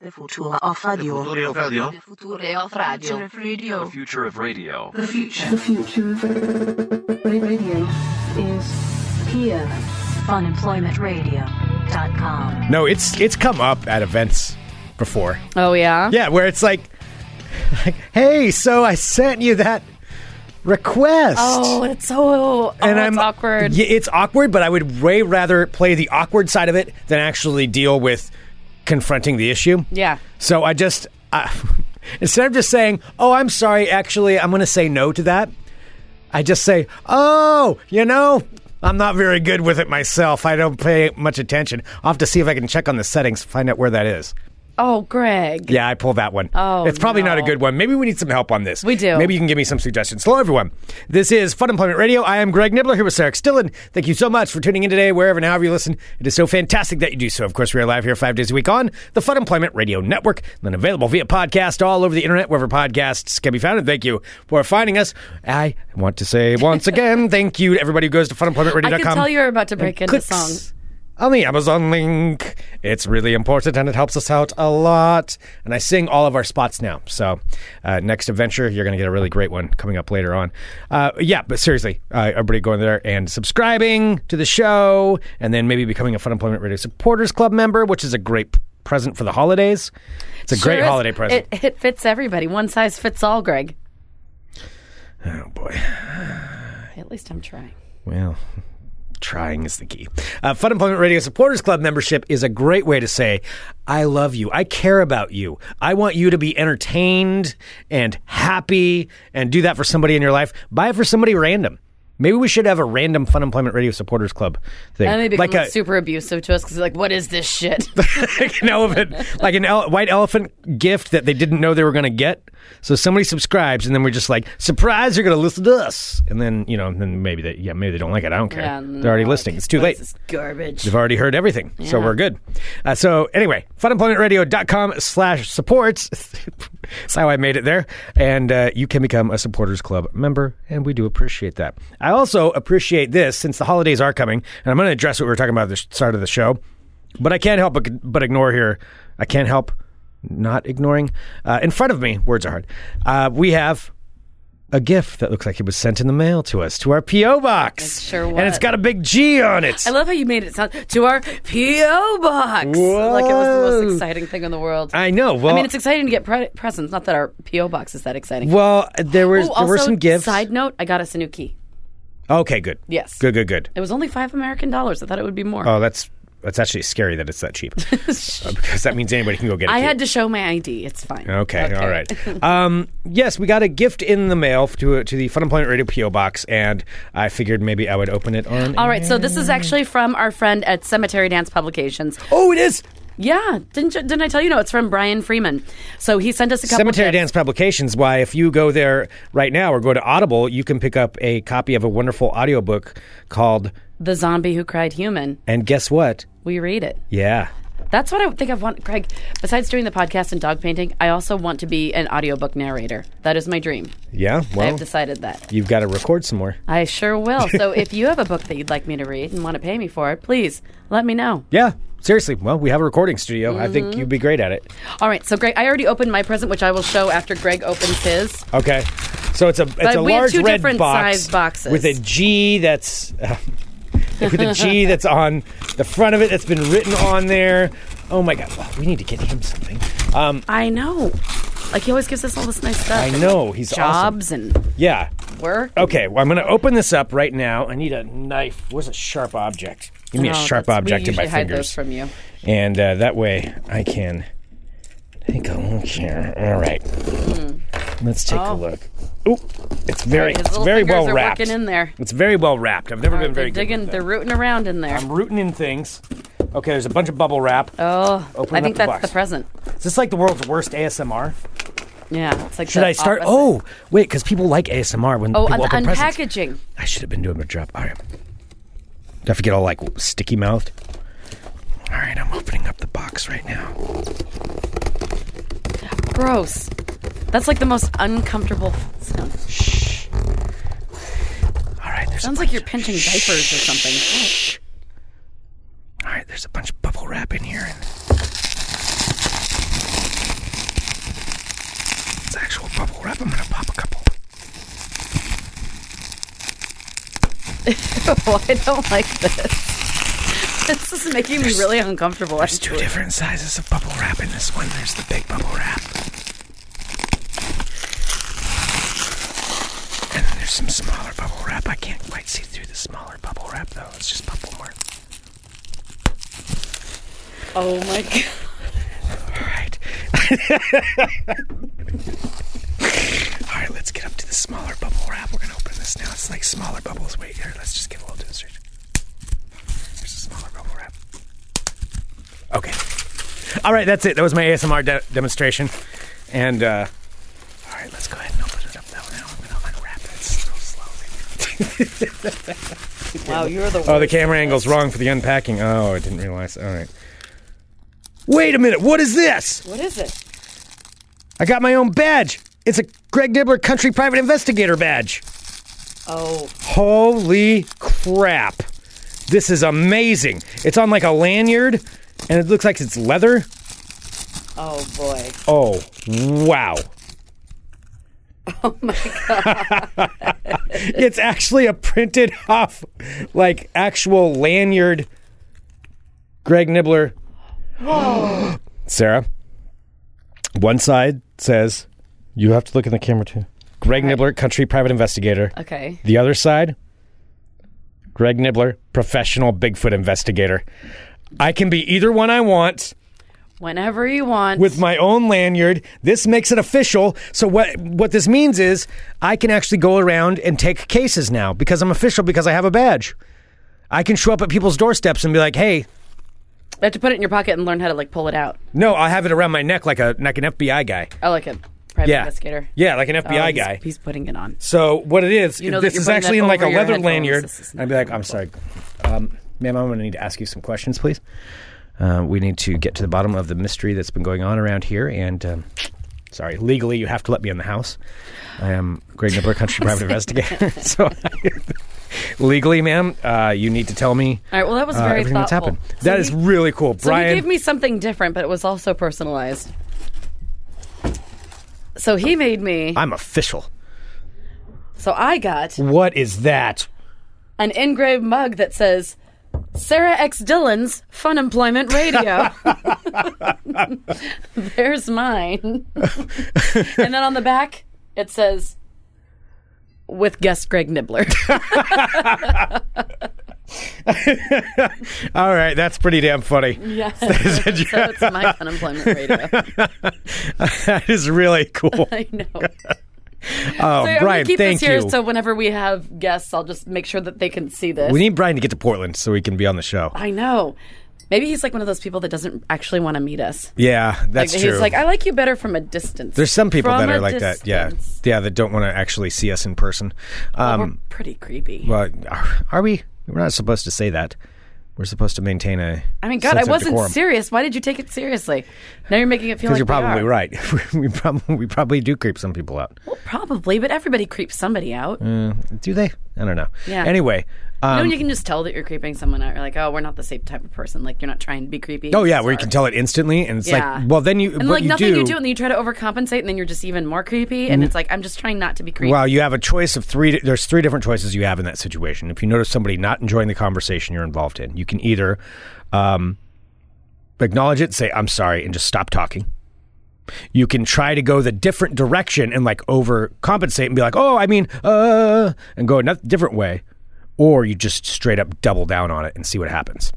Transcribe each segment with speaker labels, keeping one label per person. Speaker 1: The future of radio.
Speaker 2: Future of radio.
Speaker 1: The future of radio.
Speaker 2: The future of radio.
Speaker 3: The future.
Speaker 4: The future of radio is here.
Speaker 1: Funemploymentradio.com.
Speaker 5: No, it's it's come up at events before.
Speaker 6: Oh yeah.
Speaker 5: Yeah, where it's like, like hey, so I sent you that request.
Speaker 6: Oh, it's so oh,
Speaker 5: and
Speaker 6: it's
Speaker 5: I'm
Speaker 6: awkward.
Speaker 5: Yeah, it's awkward, but I would way rather play the awkward side of it than actually deal with confronting the issue.
Speaker 6: Yeah.
Speaker 5: So I just I, instead of just saying, "Oh, I'm sorry, actually, I'm going to say no to that." I just say, "Oh, you know, I'm not very good with it myself. I don't pay much attention. I'll have to see if I can check on the settings, find out where that is."
Speaker 6: Oh, Greg.
Speaker 5: Yeah, I pull that one.
Speaker 6: Oh,
Speaker 5: it's probably not a
Speaker 6: no.
Speaker 5: good one. Maybe we need some help on this.
Speaker 6: We do.
Speaker 5: Maybe you can give me some suggestions. Hello, everyone. This is Fun Employment Radio. I am Greg Nibbler here with Sarah Stillen. Thank you so much for tuning in today, wherever and however you listen. It is so fantastic that you do so. Of course, we are live here five days a week on the Fun Employment Radio Network, and then available via podcast all over the internet, wherever podcasts can be found. And thank you for finding us. I want to say once again, thank you to everybody who goes to funemploymentradio.com.
Speaker 6: I can tell you're about to break
Speaker 5: and
Speaker 6: into
Speaker 5: clicks
Speaker 6: song.
Speaker 5: On the Amazon link. It's really important and it helps us out a lot. And I sing all of our spots now. So, uh, next adventure, you're going to get a really great one coming up later on. Uh, yeah, but seriously, uh, everybody going there and subscribing to the show and then maybe becoming a Fun Employment Radio Supporters Club member, which is a great p- present for the holidays. It's a great
Speaker 6: Sure is-
Speaker 5: holiday present.
Speaker 6: It, it fits everybody. One size fits all, Greg.
Speaker 5: oh, boy.
Speaker 6: At least I'm trying.
Speaker 5: Well, trying is the key. Uh, Fun Employment Radio Supporters Club membership is a great way to say, I love you. I care about you. I want you to be entertained and happy and do that for somebody in your life. Buy it for somebody random. Maybe we should have a random Fun Employment Radio Supporters Club thing.
Speaker 6: And they become
Speaker 5: like a
Speaker 6: super abusive to us because like, what is this shit?
Speaker 5: like an elephant, like an ele- white elephant gift that they didn't know they were going to get. So somebody subscribes, and then we're just like, surprise, you're going to listen to us. And then you know, then maybe they, yeah, maybe they don't like it. I don't care.
Speaker 6: Yeah,
Speaker 5: They're already
Speaker 6: no,
Speaker 5: listening. It's too
Speaker 6: what
Speaker 5: late.
Speaker 6: is This garbage.
Speaker 5: They've already heard everything, so we're good. Uh, so anyway, funemploymentradio.com slash supports. That's how I made it there. And uh, you can become a supporters club member, and we do appreciate that. I also appreciate this since the holidays are coming, and I'm going to address what we were talking about at the sh- start of the show, but I can't help but, but ignore here. I can't help not ignoring. Uh, in front of me, words are hard. Uh, we have a gift that looks like it was sent in the mail to us, to our P.O. box.
Speaker 6: It sure
Speaker 5: And it's
Speaker 6: was.
Speaker 5: got a big G on it.
Speaker 6: I love how you made it sound to our PO box. Like it was the most exciting thing in the world.
Speaker 5: I know. Well,
Speaker 6: I mean, it's exciting to get pre- presents. Not that our PO box is that exciting.
Speaker 5: well, there was
Speaker 6: Ooh,
Speaker 5: there were
Speaker 6: also,
Speaker 5: some gifts.
Speaker 6: Side note: I got us a new key.
Speaker 5: okay, good.
Speaker 6: Yes.
Speaker 5: Good, good, good.
Speaker 6: It was only five American dollars. I thought it would be more.
Speaker 5: Oh, that's that's actually scary that it's that cheap Uh, because that means anybody can go get it.
Speaker 6: I had to show my ID. It's fine.
Speaker 5: Okay, all right. Um, yes, we got a gift in the mail to to the Fun Employment Radio PO box, and I figured maybe I would open it on.
Speaker 6: All right. So this is actually from our friend at Cemetery Dance Publications.
Speaker 5: Oh, it is
Speaker 6: Yeah, didn't you, didn't I tell you? No, it's from Brian Freeman. So he sent us a couple.
Speaker 5: Cemetery
Speaker 6: tips.
Speaker 5: Dance Publications. Why, if you go there right now or go to Audible, you can pick up a copy of a wonderful audiobook called
Speaker 6: The zombie who cried human.
Speaker 5: "And Guess What."
Speaker 6: We read it.
Speaker 5: Yeah,
Speaker 6: That's what I think I want, Craig. Besides doing the podcast and dog painting, I also want to be an audiobook narrator. That is my dream.
Speaker 5: yeah. Well,
Speaker 6: I've decided that.
Speaker 5: you've got to record some more.
Speaker 6: I sure will. So if you have a book that you'd like me to read and want to pay me for it, please let me know.
Speaker 5: Yeah, seriously. Well, we have a recording studio. I think
Speaker 6: Mm-hmm.
Speaker 5: you'd be great at it.
Speaker 6: All right. So Greg, I already opened my present, which I will show after Greg opens his.
Speaker 5: Okay, so it's a it's a
Speaker 6: we have
Speaker 5: large
Speaker 6: two
Speaker 5: red
Speaker 6: different
Speaker 5: box
Speaker 6: size boxes.
Speaker 5: with a G that's uh, with a G that's on the front of it that's been written on there. Oh my God! Well, we need to get him something. Um,
Speaker 6: I know. Like he always gives us all this nice stuff.
Speaker 5: I know he's awesome. Oh,
Speaker 6: Jobs and
Speaker 5: Yeah.
Speaker 6: work.
Speaker 5: Okay. Well, I'm going to open this up right now. I need a knife. Where's a sharp object? Give me a
Speaker 6: No,
Speaker 5: sharp
Speaker 6: Oh, that's-
Speaker 5: object
Speaker 6: we
Speaker 5: in my
Speaker 6: usually hide
Speaker 5: fingers.
Speaker 6: Those from you.
Speaker 5: and uh, that way I can take a look here. All right, let's take a
Speaker 6: Oh.
Speaker 5: look. Ooh, it's very,
Speaker 6: His
Speaker 5: it's
Speaker 6: little
Speaker 5: very
Speaker 6: fingers
Speaker 5: well
Speaker 6: are
Speaker 5: wrapped.
Speaker 6: working in there.
Speaker 5: It's very well wrapped. I've never been
Speaker 6: They're
Speaker 5: very good.
Speaker 6: digging.
Speaker 5: with
Speaker 6: They're
Speaker 5: that. Um,
Speaker 6: rooting around in there.
Speaker 5: I'm rooting in things. Okay, there's a bunch of bubble wrap.
Speaker 6: Oh,
Speaker 5: Open
Speaker 6: I
Speaker 5: up
Speaker 6: think
Speaker 5: the
Speaker 6: that's
Speaker 5: box.
Speaker 6: the present.
Speaker 5: Is this like the world's worst ASMR?
Speaker 6: Yeah, it's like.
Speaker 5: Should
Speaker 6: the
Speaker 5: I start?
Speaker 6: opposite.
Speaker 5: Oh, wait, because people like ASMR when
Speaker 6: oh,
Speaker 5: people
Speaker 6: un-
Speaker 5: open presents.
Speaker 6: unpackaging.
Speaker 5: I should have been doing my job. All right. Do I have to get all like sticky mouthed? All right, I'm opening up the box right now.
Speaker 6: Gross. That's like the most uncomfortable f- sound.
Speaker 5: All right, there's a bunch
Speaker 6: Sounds like you're pinching diapers or something.
Speaker 5: All right, there's a bunch of bubble wrap in here. And... up. I'm going to pop a couple.
Speaker 6: oh, I don't like this. This is making me really uncomfortable.
Speaker 5: There's two different sizes of bubble wrap in this one. There's the big bubble wrap. And then there's some smaller bubble wrap. I can't quite see through the smaller bubble wrap though. Let's just pop one more.
Speaker 6: Oh my god.
Speaker 5: All right. All right, let's get up to the smaller bubble wrap. We're going to open this now. It's like smaller bubbles. Wait here. Let's just give a little demonstration. There's a smaller bubble wrap. Okay. All right, that's it. That was my ASMR de- demonstration. And, uh, all right, let's go ahead and open it up though now. I'm going to unwrap it so slowly.
Speaker 6: Wow, you're the worst.
Speaker 5: Oh, the camera angle's wrong for the unpacking. Oh, I didn't realize. All right. Wait a minute. What is this?
Speaker 6: What is it?
Speaker 5: I got my own badge. It's a Greg Nibbler Country Private Investigator badge.
Speaker 6: Oh,
Speaker 5: Holy crap. This is amazing. It's on like a lanyard and it looks like it's leather.
Speaker 6: oh boy.
Speaker 5: Oh, wow. Oh my god. it's actually a printed off like actual lanyard Greg Nibbler. Sarah. One side says you have to look in the camera too. Greg Nibbler, country private investigator.
Speaker 6: Okay.
Speaker 5: The other side, Greg Nibbler, professional Bigfoot investigator. I can be either one I want
Speaker 6: Whenever you want.
Speaker 5: with my own lanyard. This makes it official. So what what this means is I can actually go around and take cases now because I'm official because I have a badge. I can show up at people's doorsteps and be like, "Hey,
Speaker 6: I have to put it in your pocket and learn how to like pull it out.
Speaker 5: no, I have it around my neck like a like an FBI guy."
Speaker 6: Oh, like a private
Speaker 5: Yeah.
Speaker 6: investigator.
Speaker 5: Yeah, like an FBI
Speaker 6: Oh, he's-
Speaker 5: guy.
Speaker 6: He's putting it on.
Speaker 5: So what it is,
Speaker 6: You know that
Speaker 5: this
Speaker 6: you're
Speaker 5: is
Speaker 6: putting
Speaker 5: actually
Speaker 6: that
Speaker 5: in like a
Speaker 6: over your
Speaker 5: leather
Speaker 6: headphones.
Speaker 5: lanyard.
Speaker 6: This is
Speaker 5: I'd be
Speaker 6: not
Speaker 5: like, I'm sorry, um, ma'am, I'm going to need to ask you some questions, please. Uh, we need to get to the bottom of the mystery that's been going on around here, and um, sorry, legally you have to let me in the house. I am Greg Nibbler, country private investigator. so legally, ma'am, uh, you need to tell me
Speaker 6: All right. Well, that was
Speaker 5: uh,
Speaker 6: very
Speaker 5: everything that's
Speaker 6: thoughtful.
Speaker 5: happened. That is
Speaker 6: So you-
Speaker 5: really cool,
Speaker 6: So
Speaker 5: Brian.
Speaker 6: he gave me something different, but it was also personalized. So he made me.
Speaker 5: I'm official.
Speaker 6: So I got
Speaker 5: What is that?
Speaker 6: an engraved mug that says Sarah X Dillon's Fun Employment Radio. There's mine. and then on the back it says with guest Greg Nibbler.
Speaker 5: All right, that's pretty damn funny.
Speaker 6: yes. so it's my Fun Employment Radio.
Speaker 5: that is really cool.
Speaker 6: I know.
Speaker 5: Oh,
Speaker 6: So I'm gonna
Speaker 5: Brian,
Speaker 6: keep
Speaker 5: thank
Speaker 6: this here,
Speaker 5: you.
Speaker 6: So whenever we have guests, I'll just make sure that they can see this.
Speaker 5: We need Brian to get to Portland so he can be on the show.
Speaker 6: I know. Maybe he's like one of those people that doesn't actually want to meet us.
Speaker 5: Yeah, that's
Speaker 6: he's
Speaker 5: true.
Speaker 6: like, I like you better from a distance.
Speaker 5: There's some people
Speaker 6: From
Speaker 5: that
Speaker 6: a
Speaker 5: are like that. Yeah,
Speaker 6: distance.
Speaker 5: yeah, that don't want to actually see us in person.
Speaker 6: We're
Speaker 5: Um,
Speaker 6: pretty creepy.
Speaker 5: well, are, are we? We're not supposed to say that. We're supposed to maintain a.
Speaker 6: I mean, God, I wasn't serious. Why did you take it seriously? Now you're making it feel
Speaker 5: Because
Speaker 6: like
Speaker 5: you're probably
Speaker 6: we are.
Speaker 5: right. we probably we probably do creep some people out.
Speaker 6: Well, probably, but everybody creeps somebody out.
Speaker 5: Do they? I don't know.
Speaker 6: Yeah.
Speaker 5: Anyway.
Speaker 6: you know,
Speaker 5: Mm. Um,
Speaker 6: when you can just tell that you're creeping someone out. You're like, oh, we're not the same type of person. Like, you're not trying to be creepy.
Speaker 5: oh yeah,
Speaker 6: Sorry.
Speaker 5: where you can tell it instantly, and it's
Speaker 6: Yeah.
Speaker 5: like, well, then you
Speaker 6: And
Speaker 5: what
Speaker 6: like
Speaker 5: you
Speaker 6: nothing
Speaker 5: do, Mm.
Speaker 6: you do, and then you try to overcompensate, and then you're just even more creepy. And it's like, I'm just trying not to be creepy.
Speaker 5: Well, you have a choice of three. There's three different choices you have in that situation. If you notice somebody not enjoying the conversation you're involved in, you can either um, acknowledge it, say "I'm sorry," and just stop talking. You can try to go the different direction and like overcompensate and be like, "Oh, I mean, uh," and go a different way, or you just straight up double down on it and see what happens.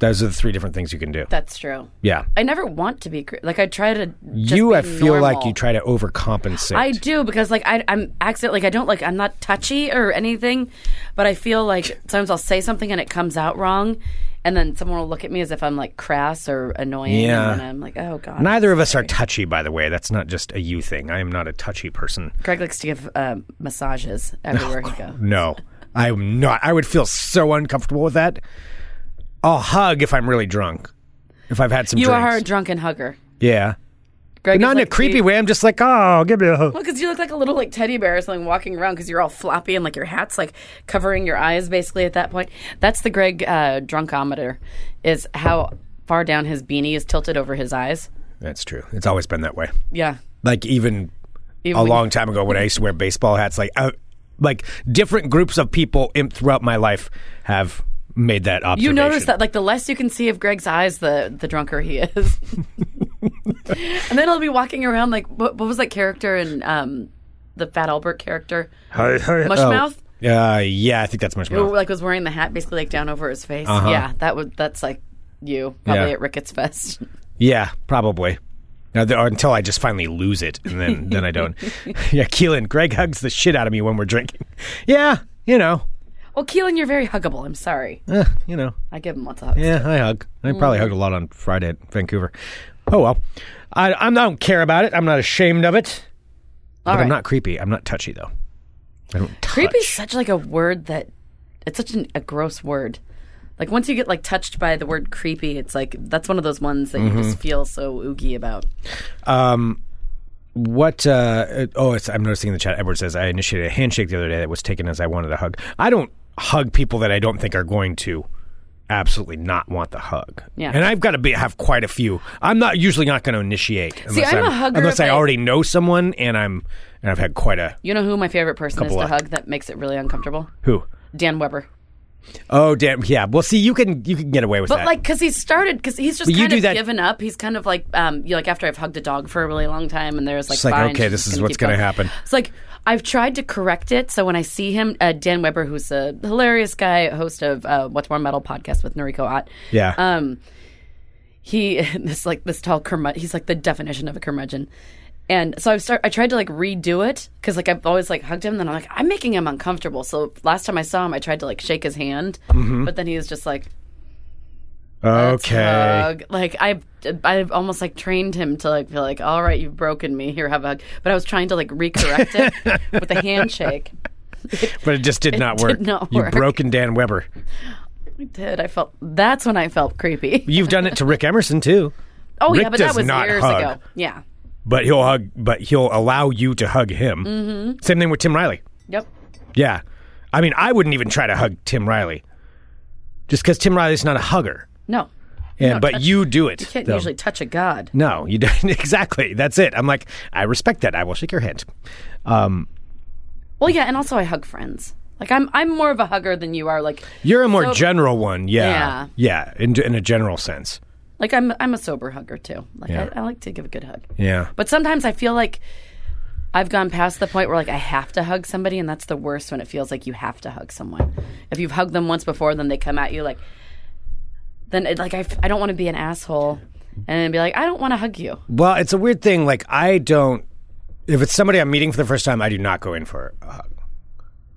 Speaker 5: Those are the three different things you can do.
Speaker 6: That's true.
Speaker 5: yeah,
Speaker 6: I never want to be cre- like I try to. Just
Speaker 5: you
Speaker 6: be
Speaker 5: I feel like
Speaker 6: normal.
Speaker 5: you try to overcompensate.
Speaker 6: I do because like I, I'm accident like I don't like I'm not touchy or anything, but I feel like sometimes I'll say something and it comes out wrong, and then someone will look at me as if I'm like crass or annoying,
Speaker 5: Yeah.
Speaker 6: and then I'm like, oh god.
Speaker 5: Neither of us are touchy, by the way. That's not just a you thing. I am not a touchy person.
Speaker 6: Greg likes to give um, massages everywhere
Speaker 5: Oh,
Speaker 6: he goes.
Speaker 5: No, I'm not. I would feel so uncomfortable with that. I'll hug if I'm really drunk. If I've had some
Speaker 6: You
Speaker 5: drinks.
Speaker 6: are a drunken hugger,
Speaker 5: Yeah.
Speaker 6: Greg.
Speaker 5: But not in a creepy way. I'm just like, oh, give me a hug.
Speaker 6: Well, because you look like a little like teddy bear or something walking around because you're all floppy and like your hat's like covering your eyes basically at that point. That's the Greg uh, drunkometer, is how far down his beanie is tilted over his eyes.
Speaker 5: That's true. It's always been that way.
Speaker 6: Yeah.
Speaker 5: Like, even a
Speaker 6: Even when-
Speaker 5: long time ago when I used to wear baseball hats. Like, uh, like different groups of people in, throughout my life have made that
Speaker 6: You
Speaker 5: observation.
Speaker 6: notice that, like, the less you can see of Greg's eyes, the the drunker he is. and then he'll be walking around like, what, what was that character in um, the Fat Albert character? Mushmouth?
Speaker 5: Uh, yeah, I think that's much
Speaker 6: Who,
Speaker 5: mouth.
Speaker 6: like was wearing the hat basically like down over his face. Yeah, that would that's like you probably
Speaker 5: Uh-huh. Yeah.
Speaker 6: at Ricketts Fest.
Speaker 5: Yeah, probably. Now, there- until I just finally lose it, and then then I don't. yeah, Keelan, Greg hugs the shit out of me when we're drinking. Yeah, you know,
Speaker 6: Well, Keelan, you're very huggable. I'm sorry.
Speaker 5: eh, you know.
Speaker 6: I give him lots of hugs.
Speaker 5: Yeah, I hug. I
Speaker 6: Mm.
Speaker 5: probably hugged a lot on Friday at Vancouver. Oh well, I I'm, I don't care about it. I'm not ashamed of it. but
Speaker 6: All right.
Speaker 5: I'm not creepy. I'm not touchy though. I don't touch.
Speaker 6: Creepy's such like a word that it's such an, a gross word. Like once you get like touched by the word creepy, it's like that's one of those ones that you
Speaker 5: Mm-hmm.
Speaker 6: just feel so oogie about.
Speaker 5: What? Uh, it- oh, it's, I'm noticing in the chat. Edward says I initiated a handshake the other day that was taken as I wanted a hug. I don't hug people that I don't think are going to absolutely not want the hug.
Speaker 6: Yeah.
Speaker 5: and I've got to be have quite a few. I'm not usually not going to initiate. Unless
Speaker 6: I'm a hugger
Speaker 5: unless
Speaker 6: if
Speaker 5: I
Speaker 6: I-
Speaker 5: already know someone and I'm and I've had quite a
Speaker 6: You know who my favorite person is
Speaker 5: Couple
Speaker 6: to
Speaker 5: of-
Speaker 6: hug that makes it really uncomfortable?
Speaker 5: who.
Speaker 6: Dan Weber.
Speaker 5: Oh damn! Yeah. Well, see, you can you can get away with
Speaker 6: But
Speaker 5: that.
Speaker 6: like, because he started, because he's just
Speaker 5: But you
Speaker 6: kind
Speaker 5: do
Speaker 6: of
Speaker 5: that-
Speaker 6: given up. He's kind of like, um, you know, like after I've hugged a dog for a really long time, and there's like,
Speaker 5: It's like,
Speaker 6: fine,
Speaker 5: okay,
Speaker 6: she's
Speaker 5: this
Speaker 6: just
Speaker 5: is
Speaker 6: gonna
Speaker 5: what's
Speaker 6: keep
Speaker 5: gonna
Speaker 6: going.
Speaker 5: happen.
Speaker 6: It's like I've tried to correct it. So when I see him, uh, Dan Weber, who's a hilarious guy, host of uh, What's More Metal podcast with Noriko Ott.
Speaker 5: Yeah.
Speaker 6: Um, he this like this tall curmudgeon. He's like the definition of a curmudgeon. And so I start. I tried to like redo it because like I've always like hugged him. Then I'm like I'm making him uncomfortable. So last time I saw him, I tried to like shake his hand, but then he was just like
Speaker 5: Mm-hmm. okay.
Speaker 6: hug. Like I've I've almost like trained him to like feel like, all right, you've broken me. Here, have a hug. But I was trying to like recorrect it with a handshake.
Speaker 5: But it just did not
Speaker 6: did
Speaker 5: work.
Speaker 6: not
Speaker 5: You've
Speaker 6: work.
Speaker 5: broken Dan Weber.
Speaker 6: I did. I felt that's when I felt creepy.
Speaker 5: You've done it to Rick Emerson too.
Speaker 6: Oh yeah,
Speaker 5: Rick
Speaker 6: but that
Speaker 5: does
Speaker 6: was
Speaker 5: not
Speaker 6: years
Speaker 5: hug.
Speaker 6: ago. Yeah.
Speaker 5: But he'll hug. But he'll allow you to hug him. Mm-hmm. Same thing with Tim Riley.
Speaker 6: Yep.
Speaker 5: Yeah. I mean, I wouldn't even try to hug Tim Riley, just because Tim Riley's not a hugger.
Speaker 6: No.
Speaker 5: Yeah,
Speaker 6: No,
Speaker 5: but
Speaker 6: touch-
Speaker 5: you do it.
Speaker 6: You can't
Speaker 5: though.
Speaker 6: usually touch a god.
Speaker 5: No, you don't. exactly. That's it. I'm like, I respect that. I will shake your hand. Um,
Speaker 6: Well, yeah, and also I hug friends. Like I'm I'm more of a hugger than you are. Like
Speaker 5: you're a more
Speaker 6: So-
Speaker 5: general one.
Speaker 6: Yeah.
Speaker 5: Yeah. Yeah. In, in a general sense.
Speaker 6: like I'm I'm a sober hugger too. Like
Speaker 5: Yeah.
Speaker 6: I, I like to give a good hug.
Speaker 5: Yeah.
Speaker 6: But sometimes I feel like I've gone past the point where like I have to hug somebody, and that's the worst when it feels like you have to hug someone. If you've hugged them once before, then they come at you like, then it, like I, f- I don't want to be an asshole, and then be like I don't want to hug you.
Speaker 5: Well, it's a weird thing. Like I don't. If it's somebody I'm meeting for the first time, I do not go in for a hug.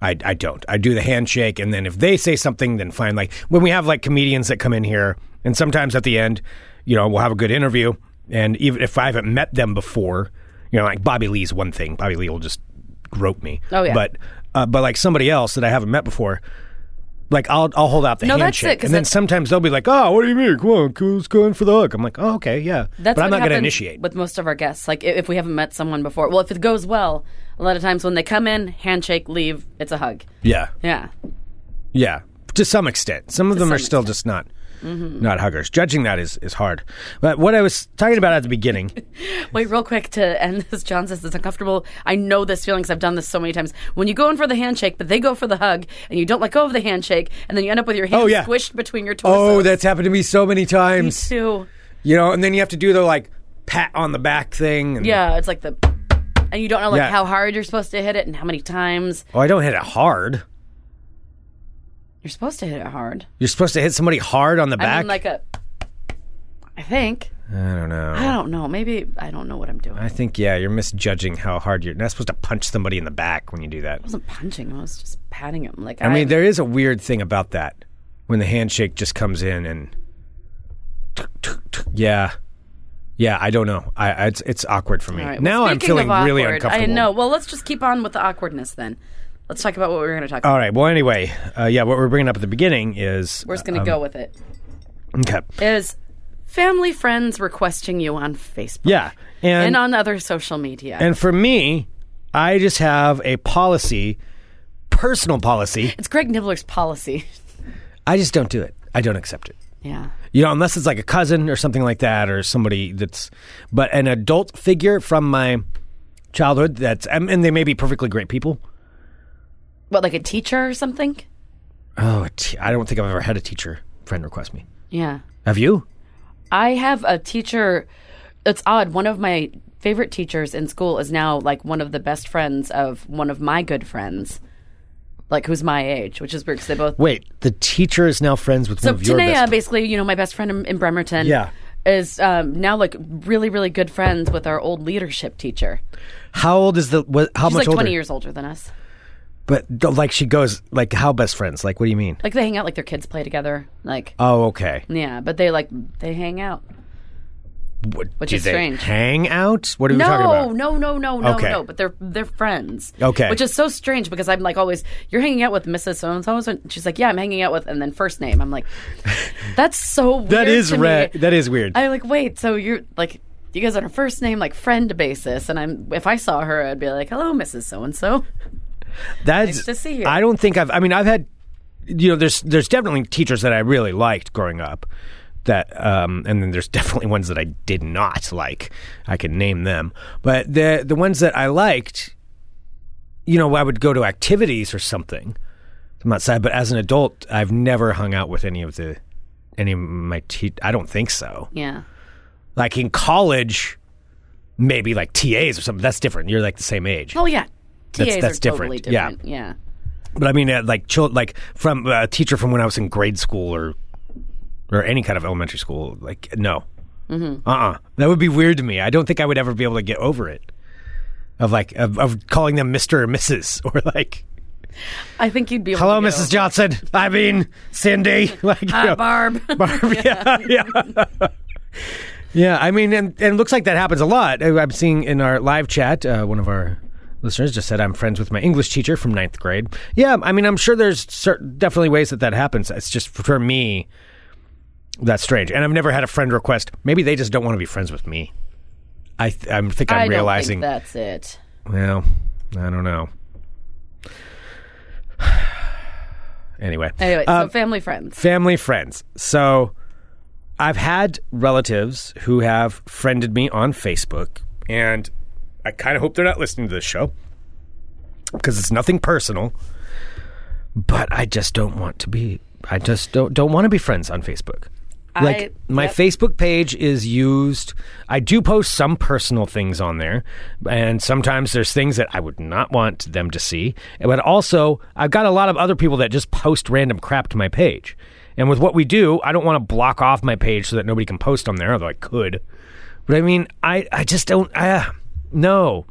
Speaker 5: I, I don't. I do the handshake, and then if they say something, then fine. Like when we have like comedians that come in here, and sometimes at the end, you know, we'll have a good interview, and even if I haven't met them before, you know, like Bobby Lee's one thing. Bobby Lee will just grope me.
Speaker 6: Oh, yeah.
Speaker 5: But uh, but like somebody else that I haven't met before, like I'll I'll hold out the
Speaker 6: No, that's it,
Speaker 5: handshake,
Speaker 6: 'cause
Speaker 5: and then
Speaker 6: that's-
Speaker 5: sometimes they'll be like, "Oh, what do you mean? Come on, let's go in for the hug." I'm like, "Oh, okay, yeah."
Speaker 6: That's
Speaker 5: but I'm not
Speaker 6: what
Speaker 5: gonna
Speaker 6: happens
Speaker 5: initiate.
Speaker 6: with most of our guests. Like i- if we haven't met someone before, well, if it goes well, a lot of times when they come in, handshake, leave, it's a hug.
Speaker 5: Yeah,
Speaker 6: Yeah,
Speaker 5: yeah, to some extent. Some of them
Speaker 6: some Mm-hmm.
Speaker 5: are still just not not huggers. Judging that is is hard. But what I was talking about at the beginning,
Speaker 6: Wait, real quick to end this. John says it's uncomfortable. I know this feeling 'cause I've done this so many times. When you go in for the handshake, but they go for the hug, and you don't let go of the handshake, and then you end up with your hand
Speaker 5: Oh, yeah.
Speaker 6: squished between your torso.
Speaker 5: oh, that's happened to me so many
Speaker 6: Me
Speaker 5: times.
Speaker 6: too.
Speaker 5: You know, and then you have to do the like pat on the back thing. And,
Speaker 6: Yeah, it's like the, and you don't know like
Speaker 5: Yeah.
Speaker 6: how hard you're supposed to hit it and how many times
Speaker 5: Oh, I don't hit it hard.
Speaker 6: you're supposed to hit it hard.
Speaker 5: You're supposed to hit somebody hard on the
Speaker 6: I
Speaker 5: back.
Speaker 6: mean, like a. I think
Speaker 5: I don't know.
Speaker 6: I don't know. Maybe I don't know what I'm doing. I
Speaker 5: I think yeah, you're misjudging how hard you're. you're not supposed to punch somebody in the back when you do that.
Speaker 6: wasn't punching. I was just patting him. Like
Speaker 5: I mean,
Speaker 6: I,
Speaker 5: there is a weird thing about that when the handshake just comes in and yeah, yeah. I don't know. I, I it's it's awkward for me
Speaker 6: All right, well,
Speaker 5: now. I'm
Speaker 6: speaking of
Speaker 5: feeling really
Speaker 6: awkward,
Speaker 5: uncomfortable.
Speaker 6: I know. Well, let's just keep on with the awkwardness then. Let's talk about what we were going to talk about.
Speaker 5: All right. Well, anyway, uh, yeah. What we're bringing up at the beginning is
Speaker 6: We're just going to go with it.
Speaker 5: okay.
Speaker 6: Is family friends requesting you on Facebook
Speaker 5: Yeah, and
Speaker 6: and on other social media?
Speaker 5: and for me, I just have a policy, personal policy.
Speaker 6: it's Greg Nibbler's policy.
Speaker 5: I just don't do it. I don't accept it.
Speaker 6: Yeah.
Speaker 5: You know, unless it's like a cousin or something like that, or somebody that's, but an adult figure from my childhood. That's um, and they may be perfectly great people.
Speaker 6: What, like a teacher or something?
Speaker 5: Oh, a t- I don't think I've ever had a teacher friend request me.
Speaker 6: Yeah.
Speaker 5: Have you?
Speaker 6: I have a teacher. It's odd. One of my favorite teachers in school is now like one of the best friends of one of my good friends, like who's my age, which is weird because they both.
Speaker 5: Wait, the teacher is now friends with
Speaker 6: So
Speaker 5: one of your best
Speaker 6: Tanea,
Speaker 5: friends.
Speaker 6: basically, you know, my best friend in, in Bremerton,
Speaker 5: Yeah.
Speaker 6: is um, now like really, really good friends with our old leadership teacher.
Speaker 5: How old is the? What, how
Speaker 6: She's
Speaker 5: much
Speaker 6: like
Speaker 5: older?
Speaker 6: twenty years older than us.
Speaker 5: But d- like she goes like how best friends? Like what do you mean?
Speaker 6: Like they hang out, like their kids play together, like
Speaker 5: Oh, okay.
Speaker 6: yeah, but they like they hang out.
Speaker 5: What,
Speaker 6: Which
Speaker 5: do
Speaker 6: is
Speaker 5: they
Speaker 6: strange.
Speaker 5: Hang out? What are we talking
Speaker 6: No,
Speaker 5: about?
Speaker 6: no, no, no, no,
Speaker 5: Okay.
Speaker 6: no. But they're they're friends.
Speaker 5: Okay.
Speaker 6: Which is so strange because I'm like always, you're hanging out with Mrs. So and so. and She's like, yeah, I'm hanging out with, and then first name. I'm like, that's so weird.
Speaker 5: That is
Speaker 6: to me.
Speaker 5: ra- that is weird.
Speaker 6: I'm like, wait, so you're like, you guys on a first name like friend basis, and I'm if I saw her, I'd be like, hello, Mrs. So and so.
Speaker 5: That's
Speaker 6: to see you.
Speaker 5: I don't think I've. I mean, I've had. You know, there's there's definitely teachers that I really liked growing up. That um, and then there's definitely ones that I did not like. I can name them, but the the ones that I liked, you know, I would go to activities or something. I'm outside, but as an adult, I've never hung out with any of the any of my te- I don't think so
Speaker 6: Yeah.
Speaker 5: like in college, maybe like TAs or something. That's different. You're like the same age.
Speaker 6: Oh yeah. TAs
Speaker 5: That's- that's
Speaker 6: are totally
Speaker 5: different. Yeah.
Speaker 6: different. Yeah.
Speaker 5: But I mean, uh, like chil- like from uh, a teacher from when I was in grade school or or any kind of elementary school. Like no, mm-hmm. uh uh that would be weird to me. I don't think I would ever be able to get over it. Of like of, of calling them Mister or Mrs. or like
Speaker 6: I think you'd be. Able
Speaker 5: hello
Speaker 6: to go,
Speaker 5: Mrs. Johnson. I mean Cindy. Like you
Speaker 6: "Ah,
Speaker 5: know.
Speaker 6: Barb.
Speaker 5: Barb. Yeah, yeah. Yeah, I mean, and, and it looks like that happens a lot. I- I'm seeing in our live chat, uh, one of our listeners just said, I'm friends with my English teacher from ninth grade. Yeah, I mean, I'm sure there's certain, definitely ways that that happens. It's just for me, that's strange. And I've never had a friend request. Maybe they just don't want to be friends with me. I, th- I'm think I'm
Speaker 6: I don't
Speaker 5: realizing.
Speaker 6: think that's it.
Speaker 5: Well, I don't know. anyway.
Speaker 6: Anyway,
Speaker 5: Um,
Speaker 6: so family friends.
Speaker 5: family friends. So I've had relatives who have friended me on Facebook, and I kind of hope they're not listening to this show because it's nothing personal. But I just don't want to be. I just don't don't want to be friends on Facebook. Like my
Speaker 6: yep.
Speaker 5: Facebook page is used. I do post some personal things on there, and sometimes there's things that I would not want them to see. But also, I've got a lot of other people that just post random crap to my page. And with what we do, I don't want to block off my page so that nobody can post on there, although I could. But I mean, I, I just don't. I, uh, no,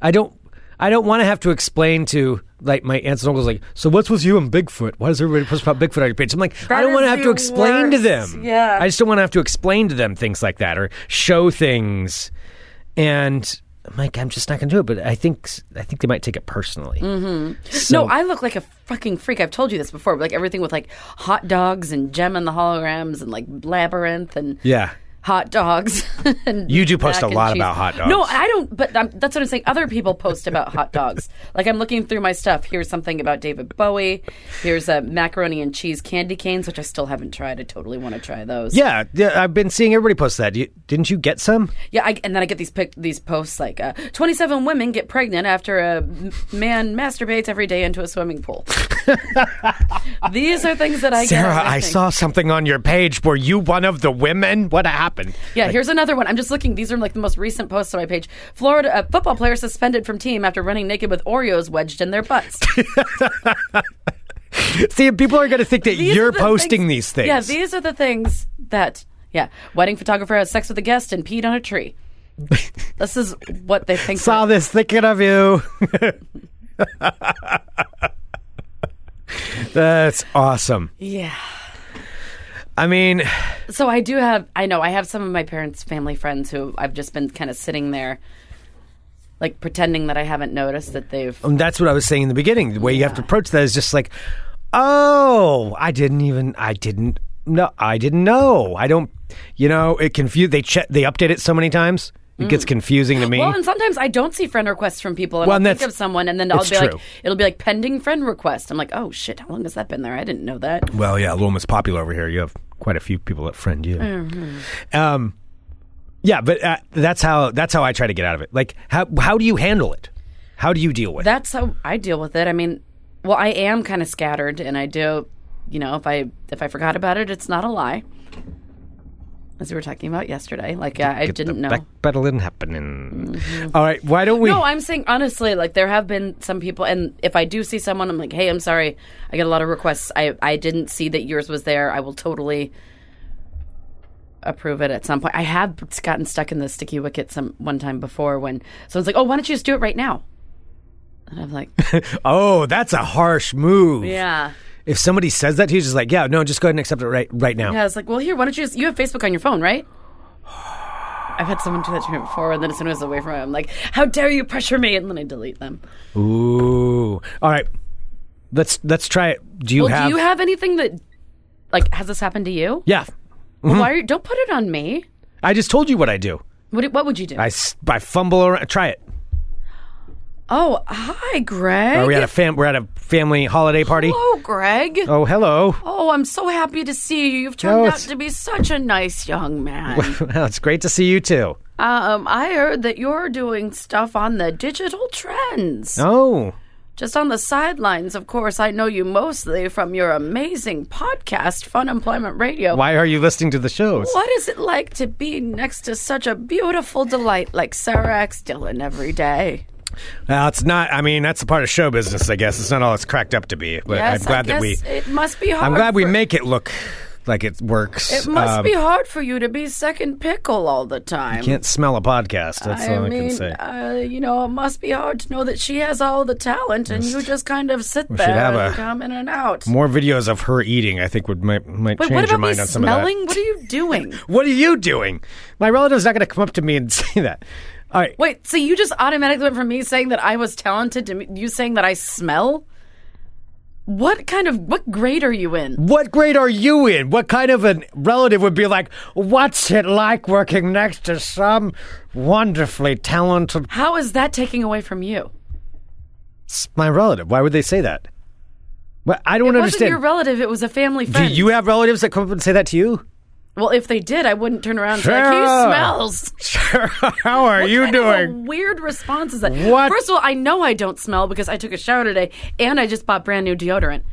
Speaker 5: I don't. I don't want to have to explain to like my aunts and uncles like, so what's with you and Bigfoot? Why does everybody post about Bigfoot on your page? I'm like, I
Speaker 6: That
Speaker 5: don't want to
Speaker 6: is
Speaker 5: have to
Speaker 6: the
Speaker 5: explain to
Speaker 6: worst.
Speaker 5: them.
Speaker 6: Yeah.
Speaker 5: I just don't want to have to explain to them things like that or show things. And I'm like, I'm just not going to do it. But I think I think they might take it personally. Mm-hmm. So,
Speaker 6: No, I look like a fucking freak. I've told you this before. but, Like everything with like hot dogs and Gem and the Holograms and like Labyrinth and
Speaker 5: yeah,
Speaker 6: hot dogs. and
Speaker 5: You do post
Speaker 6: mac
Speaker 5: a
Speaker 6: and
Speaker 5: lot
Speaker 6: cheese.
Speaker 5: about hot dogs.
Speaker 6: No, I don't. But um, that's what I'm saying. Other people post about hot dogs. Like I'm looking through my stuff. Here's something about David Bowie. Here's a macaroni and cheese candy canes, which I still haven't tried. I totally want to try those.
Speaker 5: yeah, yeah. I've been seeing everybody post that. You, didn't you get some?
Speaker 6: Yeah, I, and then I get these pic- these posts like uh, 27 women get pregnant after a m- man masturbates every day into a swimming pool. these are things that I get.
Speaker 5: Sarah,
Speaker 6: and
Speaker 5: I
Speaker 6: think,
Speaker 5: saw something on your page. Were you one of the women? What happened?
Speaker 6: Yeah, here's another one. I'm just looking. These are like the most recent posts on my page. Florida uh, football player suspended from team after running naked with Oreos wedged in their butts.
Speaker 5: See, people are going to think that
Speaker 6: These
Speaker 5: you're
Speaker 6: are the
Speaker 5: posting these things.
Speaker 6: Yeah, these are the things that. Yeah, wedding photographer has sex with a guest and peed on a tree. this is what they think.
Speaker 5: Saw this thinking of you. That's awesome.
Speaker 6: Yeah.
Speaker 5: I mean,
Speaker 6: So I do have, I know, I have some of my parents' family friends who I've just been kind of sitting there, like pretending that I haven't noticed that they've.
Speaker 5: um, that's what I was saying in the beginning. The way you have to approach that is just like, oh, I didn't even, I didn't, no, I didn't know. I don't, you know, it confused. They check, they update it so many times, it gets confusing to me.
Speaker 6: Mm. Well, and sometimes I don't see friend requests from people, and
Speaker 5: Well, and
Speaker 6: I'll think
Speaker 5: that's-
Speaker 6: of someone, and then I'll
Speaker 5: it's
Speaker 6: be
Speaker 5: true.
Speaker 6: like, it'll be like pending friend request. I'm like, oh shit, how long has that been there? I didn't know that. Mm-hmm.
Speaker 5: Well, yeah, Loma's popular over here. You have quite a few people that friend you. Um, Yeah, but uh, that's how that's how I try to get out of it. Like, how how do you handle it? How do you deal with
Speaker 6: That's how I deal with it. I mean, well, I am kind of scattered, and I do, you know, if I if I forgot about it, it's not a lie. As we were talking about yesterday, like uh, I
Speaker 5: it?
Speaker 6: didn't know. Mm-hmm.
Speaker 5: Backpedaling happening. All right, why don't we?
Speaker 6: No, I'm saying honestly, like there have been some people, and if I do see someone, I'm like, hey, I'm sorry, I get a lot of requests. I I didn't see that yours was there. I will totally approve it at some point. I have gotten stuck in the sticky wicket some one time before when someone's like, oh, why don't you just do it right now? And I'm like,
Speaker 5: oh, that's a harsh move.
Speaker 6: yeah.
Speaker 5: If somebody says that to you, just like, yeah, no, just go ahead and accept it right right now.
Speaker 6: Yeah, I was like, well, here, why don't you just, you have Facebook on your phone, right? I've had someone do that to me before, and then as soon as I was away from it, I'm like, how dare you pressure me? And then I delete them.
Speaker 5: Ooh. All right. Let's let's try it. Do you
Speaker 6: well,
Speaker 5: have?
Speaker 6: do you have anything that, like, has this happened to you?
Speaker 5: yeah. Mm-hmm.
Speaker 6: Well, Why are you, don't put it on me.
Speaker 5: I just told you what I do.
Speaker 6: What, what would you do?
Speaker 5: I, s- I fumble around. Try it.
Speaker 6: oh, hi, Greg.
Speaker 5: Are we at a fam? We're at a family holiday party.
Speaker 6: Hello, Greg. Oh.
Speaker 5: Oh, hello.
Speaker 6: I'm so happy to see you. You've turned
Speaker 5: No,
Speaker 6: out
Speaker 5: it's-
Speaker 6: to be such a nice young man.
Speaker 5: Well, it's great to see you too.
Speaker 6: um, I heard that you're doing stuff on the digital trends.
Speaker 5: Oh,
Speaker 6: Just on the sidelines, of course, I know you mostly from your amazing podcast, Fun Employment Radio.
Speaker 5: Oh. why are you listening to the shows?
Speaker 6: What is it like to be next to such a beautiful delight like Sarah X. Dillon every day?
Speaker 5: Well, it's not. I mean, that's a part of show business, I guess. It's not all it's cracked up to be. But
Speaker 6: Yes,
Speaker 5: I'm glad
Speaker 6: I
Speaker 5: that we.
Speaker 6: guess It must be hard.
Speaker 5: I'm glad we
Speaker 6: for-
Speaker 5: make it look like it works.
Speaker 6: It must
Speaker 5: Um,
Speaker 6: be hard for you to be second pickle all the time.
Speaker 5: Can't smell a podcast. That's
Speaker 6: I
Speaker 5: all I
Speaker 6: mean,
Speaker 5: can say.
Speaker 6: Uh, you know, it must be hard to know that she has all the talent, and you just kind of sit
Speaker 5: should
Speaker 6: there
Speaker 5: have
Speaker 6: and
Speaker 5: a-
Speaker 6: come in and out.
Speaker 5: More videos of her eating, I think, would might, might
Speaker 6: Wait,
Speaker 5: change
Speaker 6: what
Speaker 5: your
Speaker 6: about me
Speaker 5: mind on some
Speaker 6: smelling?
Speaker 5: of
Speaker 6: What are you doing?
Speaker 5: that. What are you doing? My relative's not going to come up to me and say that. All right.
Speaker 6: Wait, so you just automatically went from me saying that I was talented to me, you saying that I smell? What kind of what grade are you in?
Speaker 5: What grade are you in? What kind of a relative would be like, what's it like working next to some wonderfully talented
Speaker 6: How is that taking away from you?
Speaker 5: It's my relative? Why would they say that? Well, I don't
Speaker 6: It wasn't
Speaker 5: understand.
Speaker 6: your relative; it was a family
Speaker 5: Do
Speaker 6: friend.
Speaker 5: you have relatives that come up and say that to you?
Speaker 6: well, if they did, I wouldn't turn around and say, like, "He
Speaker 5: Sarah!"
Speaker 6: smells."
Speaker 5: Sure. How are you
Speaker 6: Kind of a
Speaker 5: doing?
Speaker 6: weird response is that?
Speaker 5: What?
Speaker 6: First of all, I know I don't smell because I took a shower today, and I just bought brand new deodorant,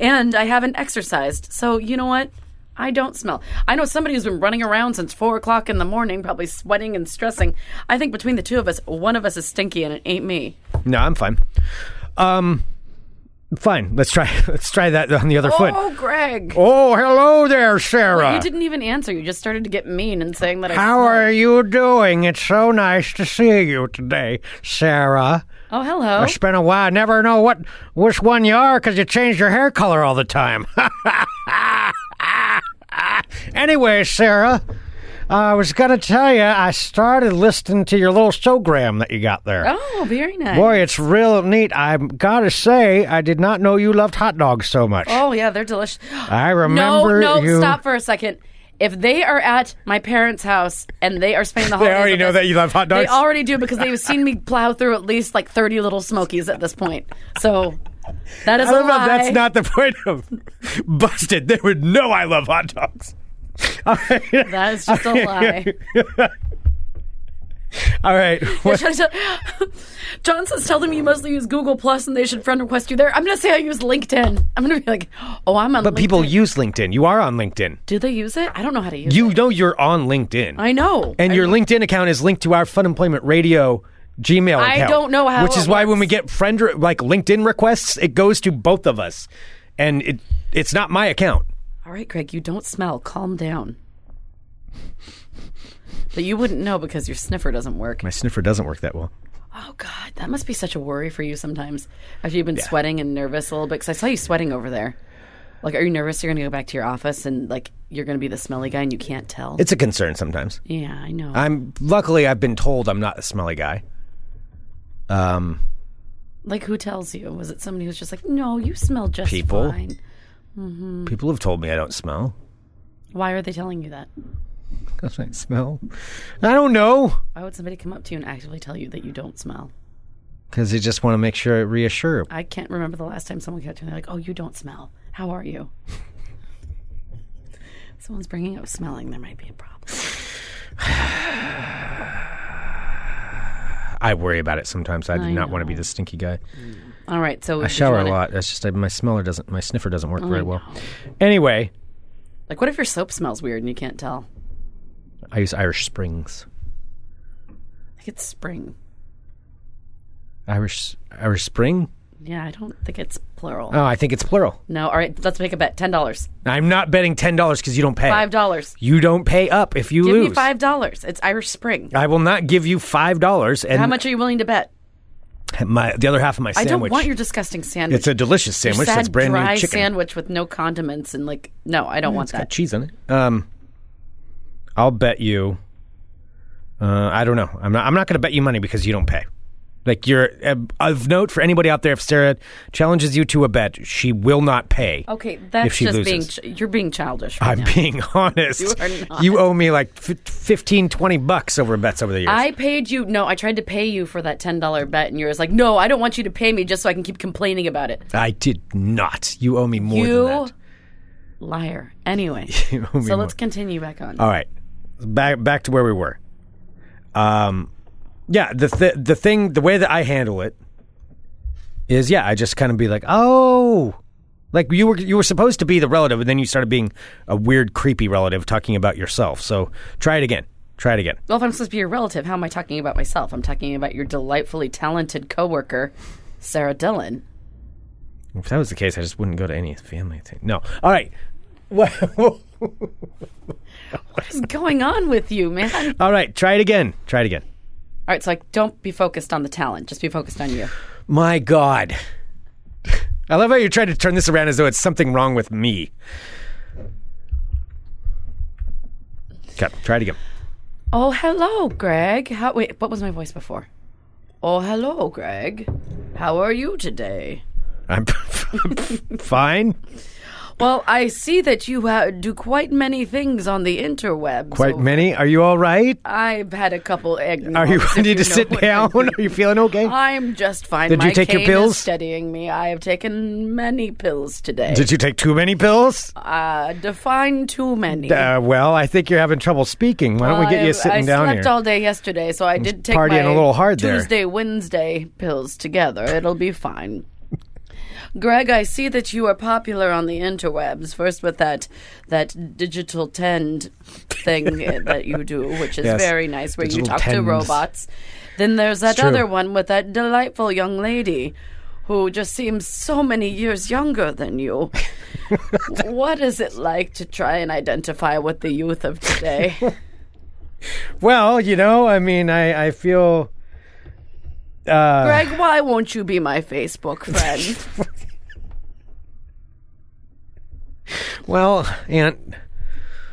Speaker 6: and I haven't exercised. So you know what? I don't smell. I know somebody who's been running around since four o'clock in the morning, probably sweating and stressing. I think between the two of us, one of us is stinky, and it ain't me.
Speaker 5: No, I'm fine. Um, fine. Let's try. Let's try that on the other foot.
Speaker 6: Oh, Greg.
Speaker 5: Oh, hello there, Sarah.
Speaker 6: You didn't even answer. You just started to get mean and saying that I
Speaker 5: How
Speaker 6: smell.
Speaker 5: are you doing? It's so nice to see you today, Sarah.
Speaker 6: Oh, hello.
Speaker 5: It's been a while. I never know what which one you are because you change your hair color all the time. anyway, Sarah, I was going to tell you I started listening to your little showgram that you got there.
Speaker 6: Oh, very nice.
Speaker 5: Boy, it's real neat. I gotta say, I did not know you loved hot dogs so much.
Speaker 6: Oh, yeah, they're delicious.
Speaker 5: I remember
Speaker 6: No, no,
Speaker 5: you.
Speaker 6: stop for a second. If they are at my parents' house and they are spending the
Speaker 5: They
Speaker 6: holidays,
Speaker 5: already
Speaker 6: with
Speaker 5: know
Speaker 6: us,
Speaker 5: that you love hot
Speaker 6: They
Speaker 5: dogs?
Speaker 6: already do because they've seen me plow through at least like thirty little Smokies at this point. So that is
Speaker 5: I
Speaker 6: a
Speaker 5: don't know.
Speaker 6: lie.
Speaker 5: That's not the point of busted. They would know I love hot dogs. All right.
Speaker 6: That is just a lie.
Speaker 5: All right. What-
Speaker 6: John says, "Tell them you mostly use Google Plus and they should friend request you there." I'm gonna say I use LinkedIn. I'm gonna be like, "Oh, I'm on."
Speaker 5: But people
Speaker 6: LinkedIn."
Speaker 5: use LinkedIn. You are on LinkedIn.
Speaker 6: do they use it? I don't know how to use it.
Speaker 5: You know you're on LinkedIn.
Speaker 6: I know.
Speaker 5: And your LinkedIn account is linked to our Fun Employment Radio Gmail
Speaker 6: I
Speaker 5: account.
Speaker 6: don't know how
Speaker 5: Which
Speaker 6: it
Speaker 5: is why when
Speaker 6: works.
Speaker 5: we get friend re- like LinkedIn requests, it goes to both of us, and it it's not my account.
Speaker 6: All right, Greg, you don't smell. Calm down. But you wouldn't know because your sniffer doesn't work.
Speaker 5: My sniffer doesn't work that well.
Speaker 6: Oh God, that must be such a worry for you sometimes. After you've been sweating and nervous a little bit, because I saw you sweating over there. Like, are you nervous? You're going to go back to your office and like you're going to be the smelly guy and you can't tell.
Speaker 5: It's a concern sometimes.
Speaker 6: yeah, I know.
Speaker 5: I'm luckily I've been told I'm not a smelly guy. Um,
Speaker 6: like, who tells you? Was it somebody who's just like, no, you smell just
Speaker 5: People.
Speaker 6: fine? Hmm.
Speaker 5: people have told me I don't smell.
Speaker 6: Why are they telling you that?
Speaker 5: Because I smell. I don't know.
Speaker 6: Why would somebody come up to you and actively tell you that you don't smell?
Speaker 5: Because they just want to make sure I reassure.
Speaker 6: I can't remember the last time someone came up to me and they're like, "Oh, you don't smell. How are you?" Someone's bringing up smelling. There might be a problem.
Speaker 5: I worry about it sometimes. I do not want to be the stinky guy.
Speaker 6: All right, so
Speaker 5: I shower a lot. That's just I, my smeller doesn't, my sniffer doesn't
Speaker 6: Oh,
Speaker 5: work very well. Anyway,
Speaker 6: Like, what if your soap smells weird and you can't tell?
Speaker 5: I use Irish Springs.
Speaker 6: Like it's spring.
Speaker 5: Irish Irish Spring?
Speaker 6: Yeah, I don't think it's plural.
Speaker 5: Oh, I think it's plural.
Speaker 6: no, all right, let's make a bet. Ten dollars,
Speaker 5: I'm not betting ten dollars because you don't pay.
Speaker 6: five dollars.
Speaker 5: You don't pay up if you
Speaker 6: Give
Speaker 5: lose.
Speaker 6: me five dollars. It's Irish Spring.
Speaker 5: I will not give you five dollars and
Speaker 6: How much are you willing to bet?
Speaker 5: my the other half of my
Speaker 6: I
Speaker 5: sandwich.
Speaker 6: don't want your disgusting sandwich.
Speaker 5: it's a delicious
Speaker 6: Your
Speaker 5: sandwich
Speaker 6: sad,
Speaker 5: that's brand
Speaker 6: dry
Speaker 5: new chicken.
Speaker 6: sandwich with no condiments and like no, I don't want
Speaker 5: It's got
Speaker 6: that.
Speaker 5: cheese on it. Um, I'll bet you. Uh, I don't know. I'm not. I'm not going to bet you money because you don't pay. Like you're uh, of note for anybody out there. If Sarah challenges you to a bet, she will not pay.
Speaker 6: Okay, that's
Speaker 5: If she
Speaker 6: just being
Speaker 5: loses.
Speaker 6: ch- you're being childish. Right
Speaker 5: I'm
Speaker 6: now.
Speaker 5: being honest.
Speaker 6: Oh, You are not.
Speaker 5: You owe me like f- 15, 20 bucks over bets over the years.
Speaker 6: I paid you. No, I tried to pay you for that ten dollar bet, and you were like, "No, I don't want you to pay me just so I can keep complaining about it."
Speaker 5: I did not. You owe me more than
Speaker 6: you
Speaker 5: that.
Speaker 6: liar. Anyway,
Speaker 5: You owe me
Speaker 6: so
Speaker 5: more. Uh,
Speaker 6: let's continue back on.
Speaker 5: All right, back back to where we were. Um, yeah, the th- the thing, the way that I handle it is, yeah, I just kind of be like, oh, like you were you were supposed to be the relative, and then you started being a weird, creepy relative talking about yourself. So try it again. Try it again.
Speaker 6: Well, if I'm supposed to be your relative, how am I talking about myself? I'm talking about your delightfully talented coworker, Sarah Dillon.
Speaker 5: If that was the case, I just wouldn't go to any family thing. No. All right. Well,
Speaker 6: What is going on with you, man?
Speaker 5: All right. Try it again. Try it again.
Speaker 6: All right, so like, don't be focused on the talent; just be focused on you.
Speaker 5: My God. I love how you're trying to turn this around as though it's something wrong with me. Okay, try it again.
Speaker 6: Oh, hello, Greg. How? Wait, what was my voice before? Oh, hello, Greg. How are you today?
Speaker 5: I'm fine.
Speaker 6: Well, I see that you uh, do quite many things on the interweb.
Speaker 5: Quite many. Are you all right?
Speaker 6: I've had a couple egg.
Speaker 5: Are you
Speaker 6: knocks, if
Speaker 5: ready to
Speaker 6: know
Speaker 5: sit
Speaker 6: what I
Speaker 5: down?
Speaker 6: mean.
Speaker 5: Are you feeling okay?
Speaker 6: I'm just fine.
Speaker 5: Did you
Speaker 6: My
Speaker 5: take your
Speaker 6: cane is
Speaker 5: pills?
Speaker 6: Steadying me. I have taken many pills today.
Speaker 5: Did you take too many pills?
Speaker 6: uh, define too many.
Speaker 5: Uh, well, I think you're having trouble speaking. Why don't we get
Speaker 6: I-
Speaker 5: you sitting
Speaker 6: I
Speaker 5: down
Speaker 6: slept
Speaker 5: here?
Speaker 6: all day yesterday, so I did take
Speaker 5: partying
Speaker 6: my
Speaker 5: a little hard there.
Speaker 6: Tuesday, Wednesday pills together. It'll be fine. Greg, I see that you are popular on the interwebs. First with that that digital tend thing that you do, which is
Speaker 5: Yes.
Speaker 6: very nice, where
Speaker 5: Digital
Speaker 6: you talk to
Speaker 5: tends.
Speaker 6: robots. Then there's that
Speaker 5: true.
Speaker 6: other one with that delightful young lady who just seems so many years younger than you. what is it like to try and identify with the youth of today?
Speaker 5: well, you know, I mean, I, I feel. Uh,
Speaker 6: Greg, why won't you be my Facebook friend?
Speaker 5: well, Aunt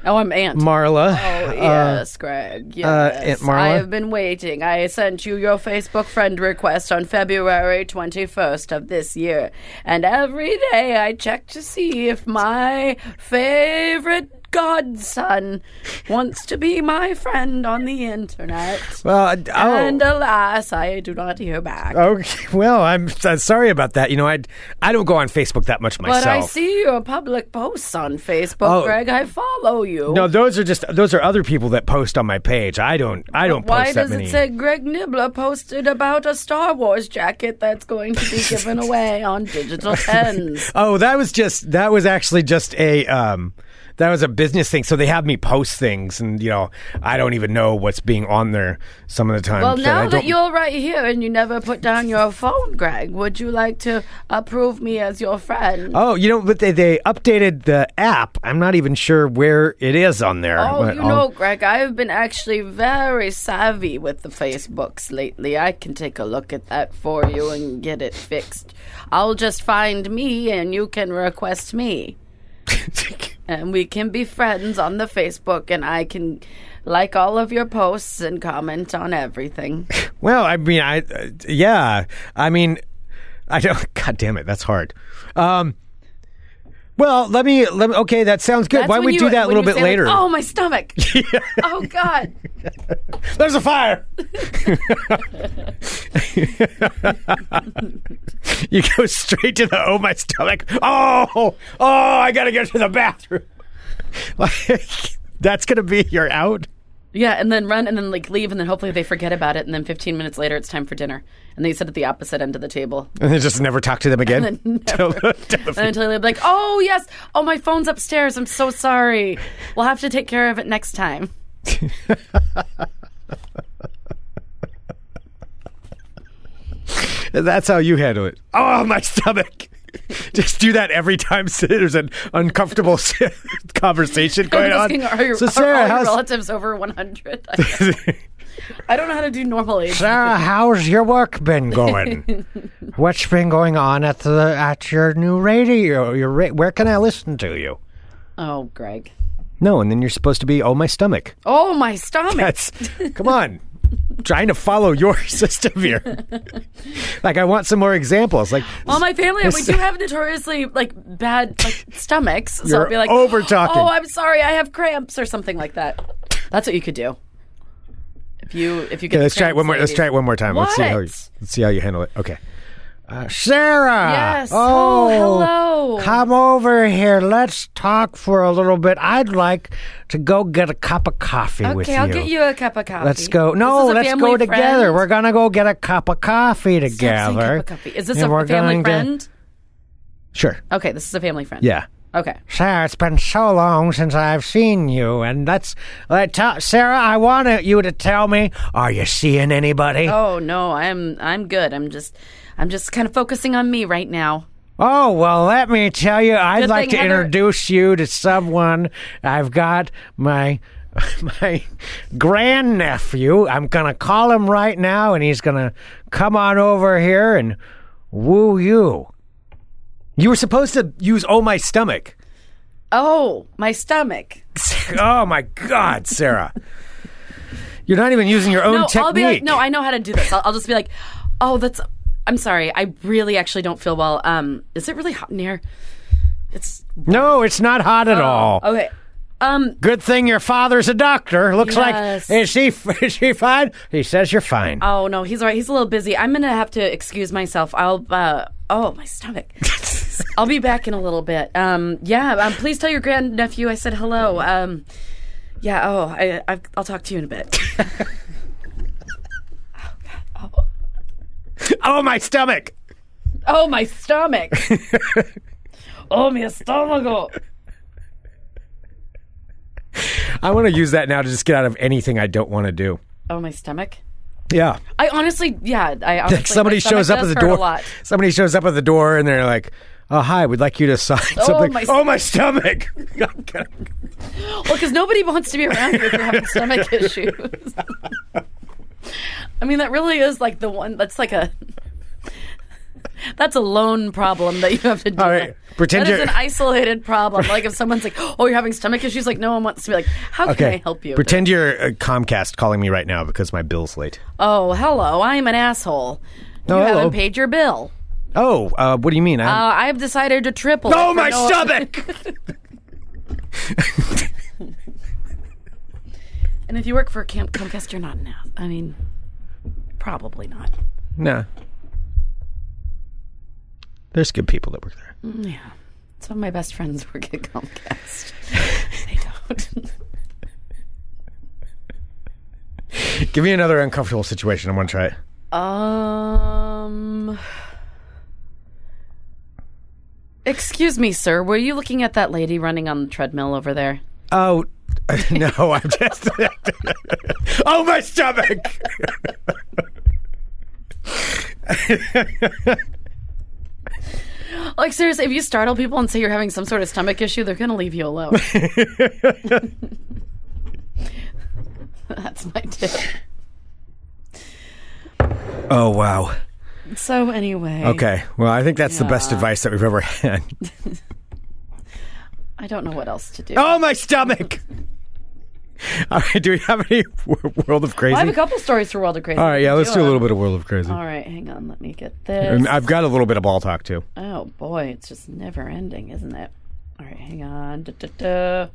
Speaker 6: oh, I'm Aunt.
Speaker 5: Marla.
Speaker 6: oh, yes, Greg. Yes.
Speaker 5: uh, Aunt Marla?
Speaker 6: I have been waiting. I sent you your Facebook friend request on February 21st of this year. And every day I check to see if my favorite godson wants to be my friend on the internet.
Speaker 5: well, I- oh.
Speaker 6: And alas, I do not hear back.
Speaker 5: Okay. Well, I'm uh, sorry about that. You know, I I don't go on Facebook that much myself.
Speaker 6: but I see your public posts on Facebook,
Speaker 5: Oh.
Speaker 6: Greg. I follow you.
Speaker 5: No, those are just those are other people that post on my page. I don't I don't
Speaker 6: Why
Speaker 5: post that
Speaker 6: does
Speaker 5: many.
Speaker 6: it say Greg Nibbler posted about a Star Wars jacket that's going to be given away on digital tens?
Speaker 5: oh, that was just that was actually just a um that was a business thing. So they have me post things and you know, I don't even know what's being on there some of the time.
Speaker 6: Well,
Speaker 5: so I
Speaker 6: now that
Speaker 5: don't-
Speaker 6: you're right here and you never put down your phone, Greg, would you like to approve me as your friend?
Speaker 5: Oh, you know, but they, they updated the app. I'm not even sure where it is on there.
Speaker 6: Oh,
Speaker 5: But
Speaker 6: you
Speaker 5: I'll-
Speaker 6: know, Greg, I've been actually very savvy with the Facebooks lately. I can take a look at that for you and get it fixed. I'll just find me and you can request me. and we can be friends on the Facebook and I can like all of your posts and comment on everything.
Speaker 5: Well, I mean, I uh, yeah, I mean, I don't. God damn it, that's hard. Um, well, let me let me. Okay, that sounds good.
Speaker 6: That's
Speaker 5: Why don't
Speaker 6: when
Speaker 5: we
Speaker 6: you-
Speaker 5: do that a
Speaker 6: when
Speaker 5: little
Speaker 6: you
Speaker 5: bit
Speaker 6: say, like,
Speaker 5: later?
Speaker 6: oh, my stomach. oh god.
Speaker 5: There's a fire. you go straight to the oh my stomach. Oh, oh, I gotta go to the bathroom. like that's gonna be your out.
Speaker 6: Yeah, and then run and then like leave and then hopefully they forget about it and then 15 minutes later it's time for dinner and they sit at the opposite end of the table
Speaker 5: and then just never talk to them again. Till- till the-
Speaker 6: and until they're like, "Oh yes, oh my phone's upstairs. I'm so sorry. We'll have to take care of it next time."
Speaker 5: That's how you handle it. Oh, my stomach. Just do that every time there's an uncomfortable conversation going
Speaker 6: I'm asking,
Speaker 5: on.
Speaker 6: are, your-
Speaker 5: so
Speaker 6: are
Speaker 5: Sarah,
Speaker 6: all your
Speaker 5: how's,
Speaker 6: relatives over 100? I, I don't know how to do normal age.
Speaker 5: Sarah, how's your work been going? What's been going on at the at your new radio? Your ra- where can I listen to you?
Speaker 6: Oh, Greg.
Speaker 5: No, and then you're supposed to be oh my stomach.
Speaker 6: Oh, my stomach.
Speaker 5: That's come on. Trying to follow your system here. like I want some more examples. Like
Speaker 6: Well, my family, we
Speaker 5: This-
Speaker 6: do have notoriously like bad like, stomachs. So
Speaker 5: You're
Speaker 6: I'd be like,
Speaker 5: over-talking.
Speaker 6: Oh, I'm sorry, I have cramps or something like that. That's what you could do. If you if you get
Speaker 5: Okay, let's try it
Speaker 6: cramps,
Speaker 5: one more. Let's
Speaker 6: ladies.
Speaker 5: try it one more time. Let's see how you,
Speaker 6: What?
Speaker 5: let's see how you handle it. Okay, uh, Sarah.
Speaker 6: Yes. Oh, hello.
Speaker 5: Come over here. Let's talk for a little bit. I'd like to go get a cup of coffee with you.
Speaker 6: Okay, I'll get you a cup of coffee.
Speaker 5: Let's go.
Speaker 6: This
Speaker 5: No,
Speaker 6: is a
Speaker 5: let's
Speaker 6: family
Speaker 5: go
Speaker 6: friend.
Speaker 5: together. We're gonna go get a cup of coffee
Speaker 6: Stop saying
Speaker 5: together.
Speaker 6: cup of coffee. Is this
Speaker 5: And we're
Speaker 6: a family
Speaker 5: going to-
Speaker 6: friend?
Speaker 5: Sure.
Speaker 6: Okay, this is a family friend.
Speaker 5: Yeah.
Speaker 6: Okay.
Speaker 5: Sarah, it's been so long since I've seen you, and that's let tell Sarah. I want you to tell me: Are you seeing anybody?
Speaker 6: Oh no, I'm I'm good. I'm just I'm just kind of focusing on me right now.
Speaker 5: Oh, well, let me tell you, I'd
Speaker 6: Good
Speaker 5: like to
Speaker 6: thing Heather-
Speaker 5: introduce you to someone. I've got my my grandnephew. I'm going to call him right now and he's going to come on over here and woo you. You were supposed to use oh my stomach.
Speaker 6: Oh, my stomach.
Speaker 5: oh my god, Sarah. You're not even using your own
Speaker 6: no,
Speaker 5: technique.
Speaker 6: I'll be like, no, I know how to do this. I'll, I'll just be like, oh, that's. I'm sorry. I really actually don't feel well. Um, is it really hot in here? It's
Speaker 5: No, it's not hot
Speaker 6: Oh,
Speaker 5: at all.
Speaker 6: okay. Um,
Speaker 5: Good thing your father's a doctor. Looks
Speaker 6: Yes.
Speaker 5: like is she is she fine? He says you're fine.
Speaker 6: oh no, he's all right. He's a little busy. I'm gonna have to excuse myself. I'll. Uh, oh, my stomach. I'll be back in a little bit. Um, yeah. Um, please tell your grandnephew I said hello. Um, yeah. Oh, I, I I'll talk to you in a bit.
Speaker 5: Oh, my stomach.
Speaker 6: Oh, my stomach. oh, my stomach.
Speaker 5: I want to use that now to just get out of anything I don't want to do.
Speaker 6: Oh, my stomach.
Speaker 5: Yeah.
Speaker 6: I honestly, yeah, I honestly,
Speaker 5: Like somebody
Speaker 6: my stomach
Speaker 5: shows up at
Speaker 6: does
Speaker 5: the
Speaker 6: hurt
Speaker 5: door.
Speaker 6: A lot.
Speaker 5: Somebody shows up at the door and they're like, "Oh, hi, we'd like you to sign something."
Speaker 6: my
Speaker 5: oh, my stomach.
Speaker 6: Well, because nobody wants to be around you if you're having stomach issues. I mean, that really is like the one. That's like a. That's a lone problem that you have to deal
Speaker 5: All right,
Speaker 6: with.
Speaker 5: pretend
Speaker 6: That is
Speaker 5: you're-
Speaker 6: an isolated problem. Like if someone's like, "Oh, you're having stomach issues," like no one wants to be like, "How can I help you?"
Speaker 5: Pretend you're uh, Comcast calling me right now because my bill's late.
Speaker 6: oh, hello, I'm an asshole.
Speaker 5: No,
Speaker 6: you
Speaker 5: Oh, hello.
Speaker 6: haven't paid your bill.
Speaker 5: Oh, uh, what do you mean?
Speaker 6: Uh,
Speaker 5: I
Speaker 6: I've decided to triple. it
Speaker 5: oh,
Speaker 6: for
Speaker 5: my
Speaker 6: Uh, no-
Speaker 5: stomach.
Speaker 6: And if you work for Camp Comcast, you're not an ass. I mean, probably not.
Speaker 5: nah. There's good people that work there.
Speaker 6: Yeah. Some of my best friends work at Comcast. they don't.
Speaker 5: Give me another uncomfortable situation. I want to try it.
Speaker 6: Um. Excuse me, sir. Were you looking at that lady running on the treadmill over there?
Speaker 5: Oh no, I'm just. oh my stomach.
Speaker 6: Like, seriously, if you startle people and say you're having some sort of stomach issue, they're going to leave you alone. That's my tip.
Speaker 5: Oh wow.
Speaker 6: So, anyway.
Speaker 5: Okay. Well, I think that's the best
Speaker 6: Yeah.
Speaker 5: advice that we've ever had.
Speaker 6: I don't know what else to do.
Speaker 5: oh, my stomach. All right. Do we have any wor- World of Crazy?
Speaker 6: I have a couple stories for World of Crazy.
Speaker 5: All right. Yeah. Let's do a
Speaker 6: it.
Speaker 5: little bit of World of Crazy.
Speaker 6: All right, hang on. Let me get this.
Speaker 5: And I've got a little bit of ball talk too.
Speaker 6: Oh boy, it's just never ending, isn't it? All right, hang on. Da, da, da.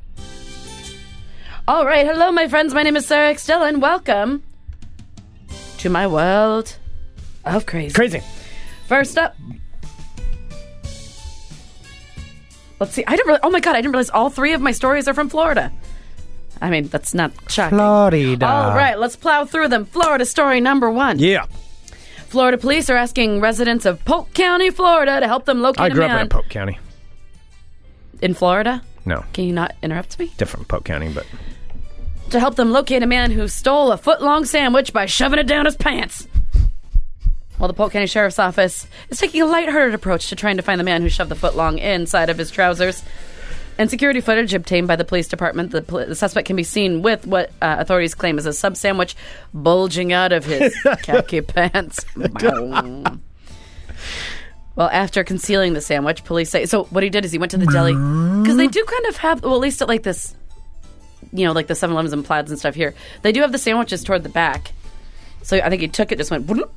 Speaker 6: All right, hello, my friends. My name is Sarah X. Dillon. Welcome to my world of crazy.
Speaker 5: Crazy.
Speaker 6: First up, let's see. I didn't. Realize, oh my god, I didn't realize all three of my stories are from Florida. I mean, that's not shocking.
Speaker 5: Florida.
Speaker 6: All right, let's plow through them. Florida story number one.
Speaker 5: Yeah.
Speaker 6: Florida police are asking residents of Polk County, Florida, to help them locate
Speaker 5: I grew
Speaker 6: a
Speaker 5: up
Speaker 6: man
Speaker 5: in a Polk County.
Speaker 6: in Florida.
Speaker 5: No,
Speaker 6: Can you not interrupt me?
Speaker 5: different Polk County, but
Speaker 6: To help them locate a man who stole a foot long sandwich by shoving it down his pants. Well, the Polk County Sheriff's Office is taking a lighthearted approach to trying to find the man who shoved the foot long inside of his trousers. And security footage obtained by the police department, the, pol- the suspect can be seen with what uh, authorities claim is a sub sandwich bulging out of his khaki pants. Well, after concealing the sandwich, police say. So what he did is he went to the deli because they do kind of have, well, at least at like this, you know, like the 7-Elevens and plaids and stuff here. They do have the sandwiches toward the back. So I think he took it, just went, "Bloop,"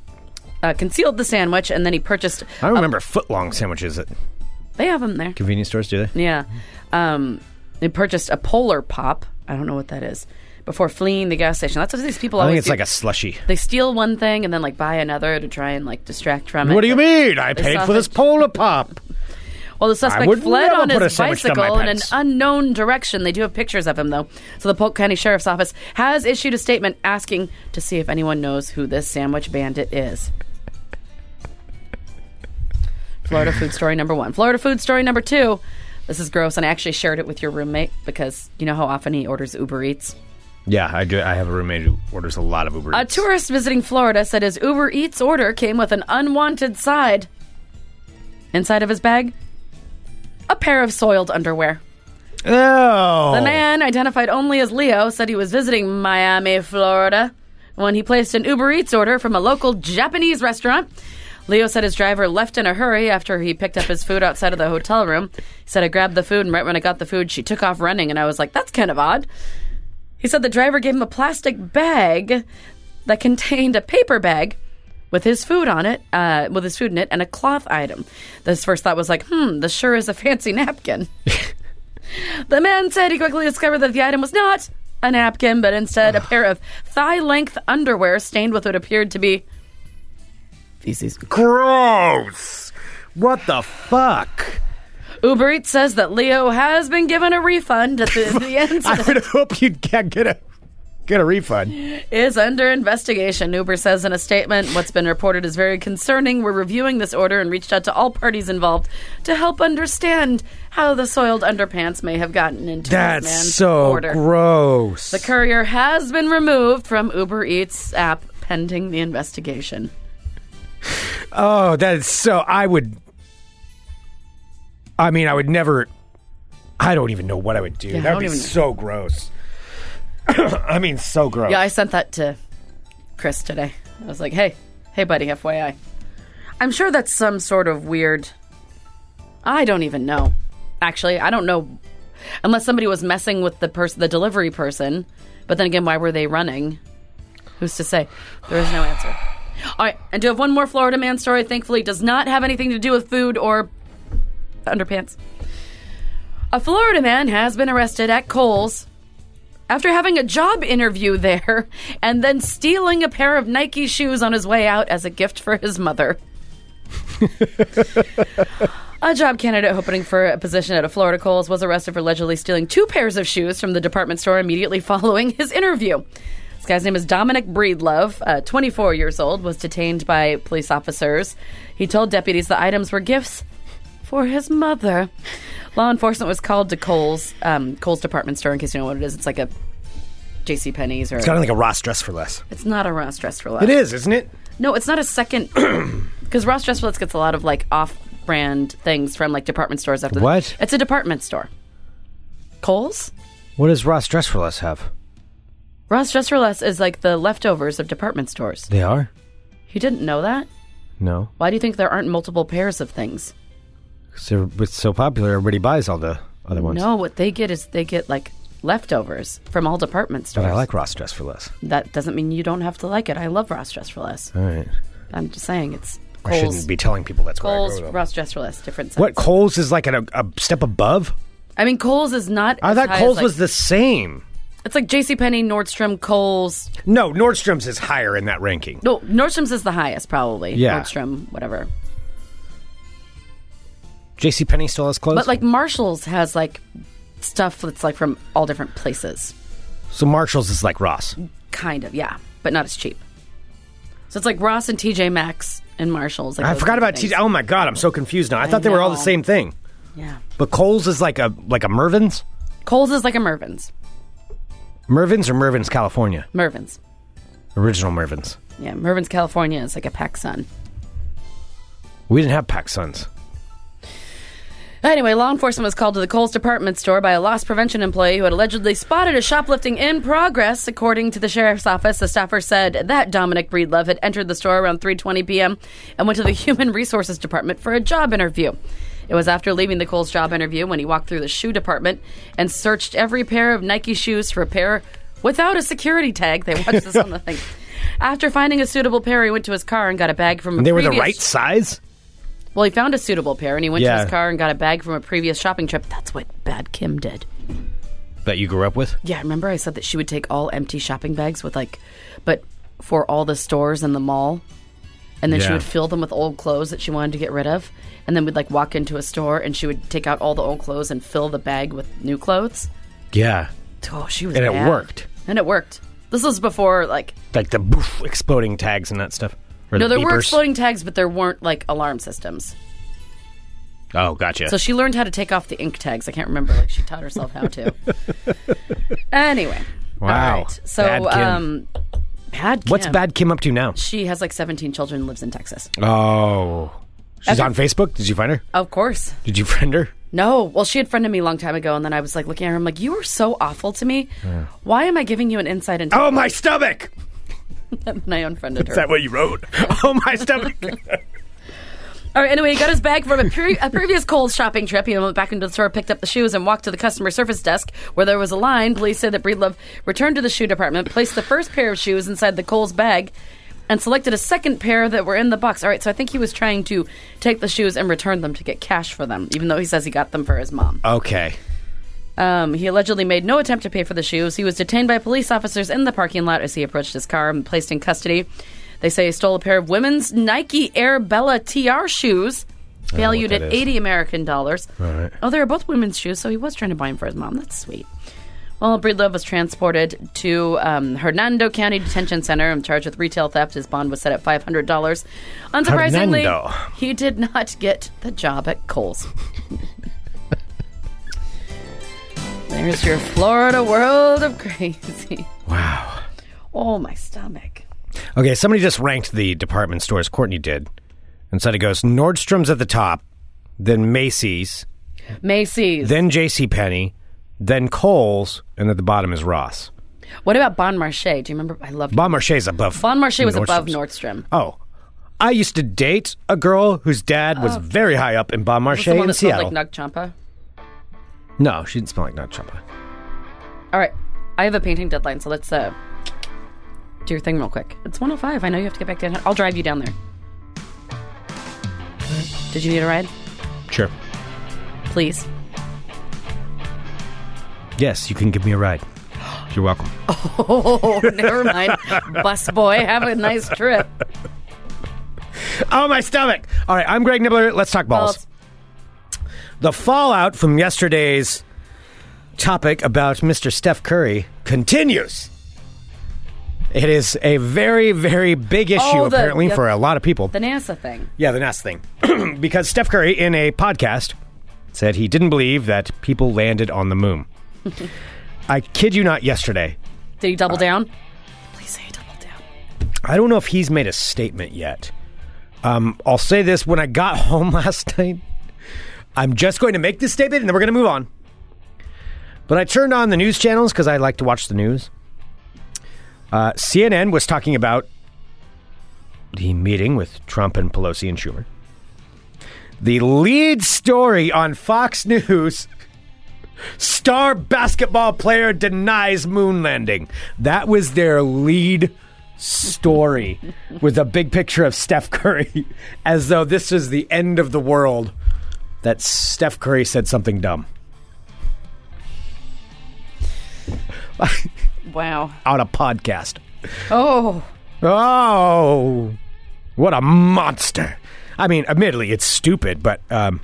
Speaker 6: uh, concealed the sandwich, and then he purchased.
Speaker 5: I don't remember footlong sandwiches at
Speaker 6: They have them there.
Speaker 5: convenience stores, do they?
Speaker 6: Yeah. Um, they purchased a Polar Pop. I don't know what that is. Before fleeing the gas station, that's what these people
Speaker 5: I
Speaker 6: always
Speaker 5: think it's
Speaker 6: do.
Speaker 5: like a slushy.
Speaker 6: they steal one thing and then like buy another to try and like distract from it.
Speaker 5: What do you mean? I paid for this
Speaker 6: sausage.
Speaker 5: polar pop.
Speaker 6: Well, the suspect
Speaker 5: would
Speaker 6: fled
Speaker 5: never
Speaker 6: on
Speaker 5: put a
Speaker 6: his
Speaker 5: sandwich down my
Speaker 6: bicycle in an
Speaker 5: pants.
Speaker 6: unknown direction. They do have pictures of him, though. So the Polk County Sheriff's Office has issued a statement asking to see if anyone knows who this sandwich bandit is. Florida food story number one. Florida food story number two. This is gross, and I actually shared it with your roommate because you know how often he orders Uber Eats.
Speaker 5: Yeah, I do. I have a roommate who orders a lot of Uber.
Speaker 6: A
Speaker 5: Eats.
Speaker 6: tourist visiting Florida said his Uber Eats order came with an unwanted side. Inside of his bag, a pair of soiled underwear.
Speaker 5: Oh,
Speaker 6: The man, identified only as Leo, said he was visiting Miami, Florida, when he placed an Uber Eats order from a local Japanese restaurant. Leo said his driver left in a hurry after he picked up his food outside of the hotel room. He said, I grabbed the food, and right when I got the food, she took off running, and I was like, that's kind of odd. He said the driver gave him a plastic bag that contained a paper bag with his food on it, uh, with his food in it, and a cloth item. This first thought was like, hmm, this sure is a fancy napkin. The man said he quickly discovered that the item was not a napkin, but instead a pair of thigh length underwear stained with what appeared to be feces.
Speaker 5: gross. What the fuck?
Speaker 6: Uber Eats says that Leo has been given a refund at the, the
Speaker 5: I
Speaker 6: incident.
Speaker 5: would hope you'd get, get a get a refund.
Speaker 6: is under investigation. Uber says in a statement, what's been reported is very concerning. We're reviewing this order and reached out to all parties involved to help understand how the soiled underpants may have gotten into this
Speaker 5: That's
Speaker 6: man's
Speaker 5: so
Speaker 6: order.
Speaker 5: gross.
Speaker 6: The courier has been removed from Uber Eats app pending the investigation.
Speaker 5: oh, that is so. I would. I mean, I would never. I don't even know what I would do.
Speaker 6: I
Speaker 5: that
Speaker 6: don't
Speaker 5: would be
Speaker 6: even-
Speaker 5: so gross. I mean, so gross.
Speaker 6: Yeah, I sent that to Chris today. I was like, hey, hey, buddy, FYI. I'm sure that's some sort of weird. I don't even know. Actually, I don't know. Unless somebody was messing with the person, the delivery person. But then again, why were they running? Who's to say? There is no answer. All right, and do have one more Florida man story. Thankfully, does not have anything to do with food or underpants. A Florida man has been arrested at Kohl's after having a job interview there and then stealing a pair of Nike shoes on his way out as a gift for his mother. a job candidate hoping for a position at a Florida Kohl's was arrested for allegedly stealing two pairs of shoes from the department store immediately following his interview. This guy's name is Dominic Breedlove, uh, 24 years old, was detained by police officers. He told deputies the items were gifts for his mother. Law enforcement was called to Cole's um, Cole's department store in case you know what it is. It's like a J.C. Penney's or
Speaker 5: kind of like a Ross dress for less.
Speaker 6: it's not a Ross Dress for Less.
Speaker 5: It is, isn't it?
Speaker 6: No, it's not a second because Ross Dress for Less gets a lot of like off-brand things from like department stores. After that.
Speaker 5: What?
Speaker 6: It's a department store. Cole's.
Speaker 5: What does Ross dress for less have?
Speaker 6: Ross Dress for Less is like the leftovers of department stores.
Speaker 5: They are.
Speaker 6: You didn't know that?
Speaker 5: No,
Speaker 6: Why do you think there aren't multiple pairs of things?
Speaker 5: so it's so popular, everybody buys all the other ones.
Speaker 6: No, what they get is they get like leftovers from all department
Speaker 5: but
Speaker 6: stores.
Speaker 5: I like Ross dress for less.
Speaker 6: That doesn't mean you don't have to like it. I love Ross Dress for Less.
Speaker 5: All right,
Speaker 6: I'm just saying it's
Speaker 5: I shouldn't
Speaker 6: Kohl's,
Speaker 5: be telling people that's where I
Speaker 6: Kohl's
Speaker 5: go, though.
Speaker 6: Ross Dress for Less. Different. Sense.
Speaker 5: What Coles is like a, a step above?
Speaker 6: I mean, Kohl's is not.
Speaker 5: I
Speaker 6: as
Speaker 5: thought
Speaker 6: high
Speaker 5: Coles
Speaker 6: as, like-
Speaker 5: was the same.
Speaker 6: It's like J.C. Penney, Nordstrom, Kohl's.
Speaker 5: No, Nordstrom's is higher in that ranking.
Speaker 6: No, Nordstrom's is the highest probably.
Speaker 5: Yeah.
Speaker 6: Nordstrom, whatever.
Speaker 5: J.C. Penney still has clothes.
Speaker 6: But like Marshalls has like stuff that's like from all different places.
Speaker 5: So Marshalls is like Ross.
Speaker 6: Kind of, yeah, but not as cheap. So it's like Ross and TJ Maxx and Marshalls. Like
Speaker 5: I
Speaker 6: those
Speaker 5: forgot
Speaker 6: kinds
Speaker 5: about
Speaker 6: of
Speaker 5: T.
Speaker 6: things.
Speaker 5: Oh my god, I'm so confused now. I thought they were all the
Speaker 6: know.
Speaker 5: same thing.
Speaker 6: Yeah,
Speaker 5: But Coles is like a like a Mervin's,
Speaker 6: Coles is like a Mervin's.
Speaker 5: Mervin's or Mervin's California
Speaker 6: Mervin's.
Speaker 5: original Mervin's.
Speaker 6: Yeah, Mervin's California is like a pack sun.
Speaker 5: We didn't have PacSuns.
Speaker 6: Anyway, law enforcement was called to the Coles department store by a loss prevention employee who had allegedly spotted a shoplifting in progress. According to the sheriff's office, the staffer said that Dominic Breedlove had entered the store around 3:20 p.m. and went to the human resources department for a job interview. It was after leaving the Coles job interview when he walked through the shoe department and searched every pair of Nike shoes for a pair without a security tag. They watched this on the thing. After finding a suitable pair, he went to his car and got a bag from. a
Speaker 5: And they were the
Speaker 6: previous-
Speaker 5: right size.
Speaker 6: well, he found a suitable pair and he went to
Speaker 5: Yeah.
Speaker 6: his car and got a bag from a previous shopping trip. That's what Bad Kim did.
Speaker 5: That you grew up with.
Speaker 6: Yeah, remember I said that she would take all empty shopping bags with like, but for all the stores and the mall. And then she
Speaker 5: Yeah.
Speaker 6: would fill them with old clothes that she wanted to get rid of. And then we'd like walk into a store and she would take out all the old clothes and fill the bag with new clothes.
Speaker 5: Yeah,
Speaker 6: Oh, she was
Speaker 5: and it
Speaker 6: bad.
Speaker 5: worked.
Speaker 6: And it worked. This was before like
Speaker 5: Like the boof, exploding tags and that stuff. Or
Speaker 6: no,
Speaker 5: the
Speaker 6: there were
Speaker 5: beepers.
Speaker 6: exploding tags, but there weren't like alarm systems.
Speaker 5: Oh, gotcha.
Speaker 6: So she learned how to take off the ink tags. I can't remember. Like she taught herself how to. anyway.
Speaker 5: wow.
Speaker 6: All right. So,
Speaker 5: Bad Kim.
Speaker 6: um, bad. Kim.
Speaker 5: what's Bad Kim up to now?
Speaker 6: She has like 17 children, and lives in Texas.
Speaker 5: Oh, she's on Facebook. Did you find her?
Speaker 6: Of course.
Speaker 5: Did you friend her?
Speaker 6: No. Well, she had friended me a long time ago, and then I was like looking at her. I'm like, you are so awful to me. Why am I giving you an insight into?
Speaker 5: Oh, my stomach.
Speaker 6: And I unfriended her.
Speaker 5: Is that what you wrote? oh, my stomach.
Speaker 6: All right. Anyway, he got his bag from a, pre- a previous Kohl's shopping trip. He went back into the store, picked up the shoes, and walked to the customer service desk where there was a line. Police said that Breedlove returned to the shoe department, placed the first pair of shoes inside the Kohl's bag, and selected a second pair that were in the box. All right. So I think he was trying to take the shoes and return them to get cash for them, even though he says he got them for his mom.
Speaker 5: okay.
Speaker 6: Um, he allegedly made no attempt to pay for the shoes. He was detained by police officers in the parking lot as he approached his car and placed in custody. They say he stole a pair of women's Nike Air Bella TR shoes, valued
Speaker 5: that
Speaker 6: at
Speaker 5: is.
Speaker 6: 80 American dollars.
Speaker 5: right.
Speaker 6: Oh, they were both women's shoes, so he was trying to buy them for his mom. That's sweet. Well, Breedlove was transported to um, Hernando County Detention Center and charged with retail theft. His bond was set at $500. Unsurprisingly,
Speaker 5: Hernando.
Speaker 6: he did not get the job at Kohl's. There's your Florida world of crazy.
Speaker 5: Wow.
Speaker 6: Oh, my stomach.
Speaker 5: Okay, somebody just ranked the department stores. Courtney did, and said it goes Nordstrom's at the top, then Macy's,
Speaker 6: Macy's.
Speaker 5: then J.C. Penney, then Kohl's, and at the bottom is Ross.
Speaker 6: what about Bon Marché? Do you remember? I loved
Speaker 5: Bon Marche's above.
Speaker 6: Bon Marché was above
Speaker 5: Nordstrom's.
Speaker 6: Nordstrom.
Speaker 5: Oh. I used to date a girl whose dad was very high up in Bon
Speaker 6: Was the
Speaker 5: Marché
Speaker 6: one
Speaker 5: in
Speaker 6: Oh. that smelled
Speaker 5: Seattle.
Speaker 6: like Nug Champa?
Speaker 5: no, she didn't smell like nut chocolate.
Speaker 6: All right. I have a painting deadline, so let's uh do your thing real quick. It's 105. I know you have to get back down. I'll drive you down there. Did you need a ride?
Speaker 5: Sure.
Speaker 6: Please.
Speaker 5: Yes, you can give me a ride. You're welcome.
Speaker 6: Oh, never mind. Bus boy, have a nice trip.
Speaker 5: Oh, my stomach. All right, I'm Greg Nibbler. Let's talk balls.
Speaker 6: Balls.
Speaker 5: The fallout from yesterday's topic about Mr. Steph Curry continues. It is a very, very big issue,
Speaker 6: Oh, the-
Speaker 5: apparently,
Speaker 6: yep.
Speaker 5: for a lot of people.
Speaker 6: The NASA thing.
Speaker 5: Yeah, the NASA thing. because Steph Curry, in a podcast, said he didn't believe that people landed on the moon. I kid you not, yesterday.
Speaker 6: Did he double down? Please say he doubled down.
Speaker 5: I don't know if he's made a statement yet. Um, I'll say this when I got home last night, I'm just going to make this statement and then we're going to move on. But I turned on the news channels because I like to watch the news. Uh, CNN was talking about the meeting with Trump and Pelosi and Schumer. The lead story on Fox News star basketball player denies moon landing. That was their lead story with a big picture of Steph Curry as though this is the end of the world that Steph Curry said something dumb
Speaker 6: Wow.
Speaker 5: on a podcast.
Speaker 6: Oh.
Speaker 5: Oh, what a monster. I mean, admittedly, it's stupid, but um,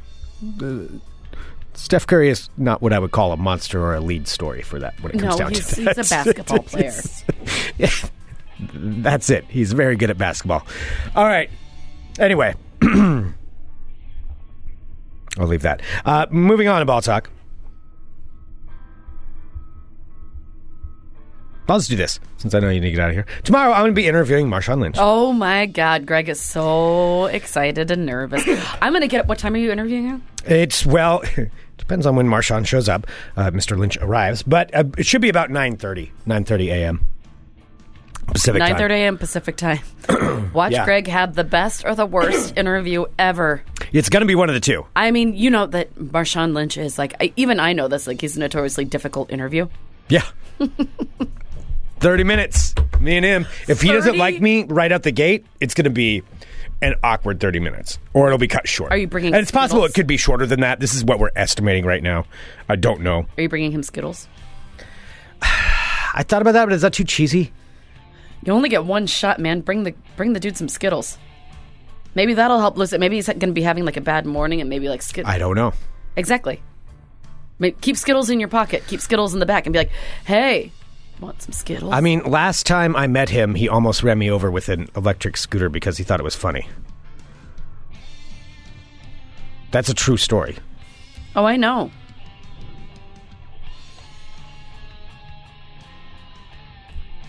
Speaker 5: uh, Steph Curry is not what I would call a monster or a lead story for that when it comes
Speaker 6: No,
Speaker 5: down
Speaker 6: he's,
Speaker 5: to
Speaker 6: he's
Speaker 5: that.
Speaker 6: a basketball player.
Speaker 5: That's it. He's very good at basketball. All right. Anyway, I'll leave that. Uh, moving on to ball talk. Let's do this since I know you need to get out of here. Tomorrow, I'm going to be interviewing Marshawn Lynch.
Speaker 6: Oh my God, Greg is so excited and nervous. I'm gonna get. What time are you interviewing him?
Speaker 5: It's well, depends on when Marshawn shows up. Uh, Mr. Lynch arrives, but uh, it should be about 9.30, 9.30 a.m. Pacific time.
Speaker 6: Nine thirty a.m. Pacific time. Watch
Speaker 5: Yeah.
Speaker 6: Greg have the best or the worst interview ever.
Speaker 5: It's going to be one of the two.
Speaker 6: I mean, you know that Marshawn Lynch is like. I, even I know this. Like, he's a notoriously difficult interview.
Speaker 5: Yeah. 30 minutes. Me and him. If he doesn't
Speaker 6: 30?
Speaker 5: like me right out the gate, it's going to be an awkward 30 minutes or it'll be cut short.
Speaker 6: Are you bringing
Speaker 5: And it's possible
Speaker 6: Skittles?
Speaker 5: it could be shorter than that. This is what we're estimating right now. I don't know.
Speaker 6: Are you bringing him Skittles?
Speaker 5: I thought about that, but is that too cheesy?
Speaker 6: You only get one shot, man. Bring the bring the dude some Skittles. Maybe that'll help loosen. Maybe he's going to be having like a bad morning, and maybe like Skit.
Speaker 5: I don't know.
Speaker 6: Exactly. Ma- Keep Skittles in your pocket. Keep Skittles in the back, and be like, "Hey, want some Skittles?"
Speaker 5: I mean, last time I met him, he almost ran me over with an electric scooter because he thought it was funny. That's a true story.
Speaker 6: oh, I know.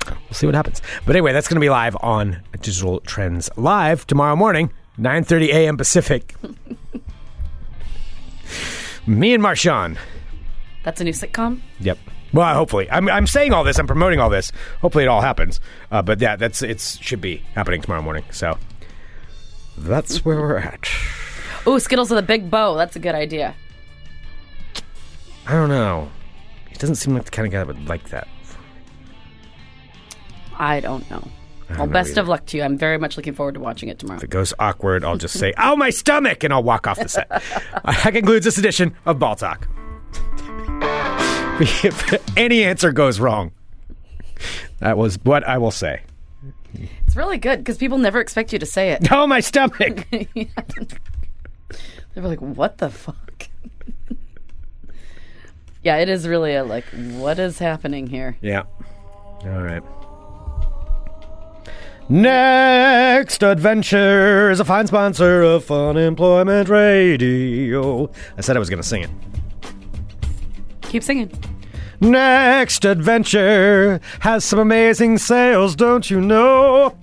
Speaker 5: We'll see what happens. But anyway, that's going to be live on Digital Trends Live tomorrow morning, 9.30 a.m. Pacific. Me and Marshawn.
Speaker 6: That's a new sitcom.
Speaker 5: Yep. Well, hopefully. I'm, I'm saying all this. I'm promoting all this. Hopefully it all happens. Uh, but yeah, that's it should be happening tomorrow morning. So that's where we're at.
Speaker 6: Ooh, Skittles with a big bow. That's a good idea.
Speaker 5: I don't know. He doesn't seem like the kind of guy that would like that.
Speaker 6: I don't know. well,
Speaker 5: know
Speaker 6: best
Speaker 5: either.
Speaker 6: of luck to you. I'm very much looking forward to watching it tomorrow.
Speaker 5: If it goes awkward, I'll just say, ow, my stomach, and I'll walk off the set. that concludes this edition of Ball Talk. if any answer goes wrong, that was what I will say.
Speaker 6: It's really good because people never expect you to say it.
Speaker 5: Oh, my stomach.
Speaker 6: They're like, "What the fuck?" yeah, it is really a like, what is happening here?
Speaker 5: yeah. All right. Next Adventure is a fine sponsor of Fun Employment Radio. I said I was going to sing it.
Speaker 6: Keep singing.
Speaker 5: Next Adventure has some amazing sales, don't you know?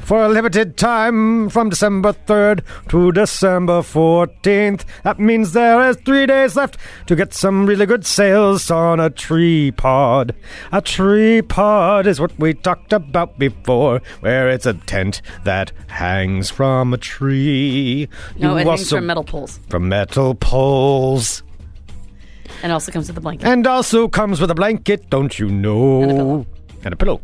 Speaker 5: For a limited time from December 3rd to December 14th. That means there is three days left to get some really good sales on a tree pod. A tree pod is what we talked about before, where it's a tent that hangs from a tree.
Speaker 6: No,
Speaker 5: You
Speaker 6: it hangs
Speaker 5: also-
Speaker 6: from metal poles,
Speaker 5: From metal poles.
Speaker 6: and also comes with a blanket
Speaker 5: And also comes with a blanket, don't you
Speaker 6: And a
Speaker 5: know?
Speaker 6: pillow.
Speaker 5: And a pillow.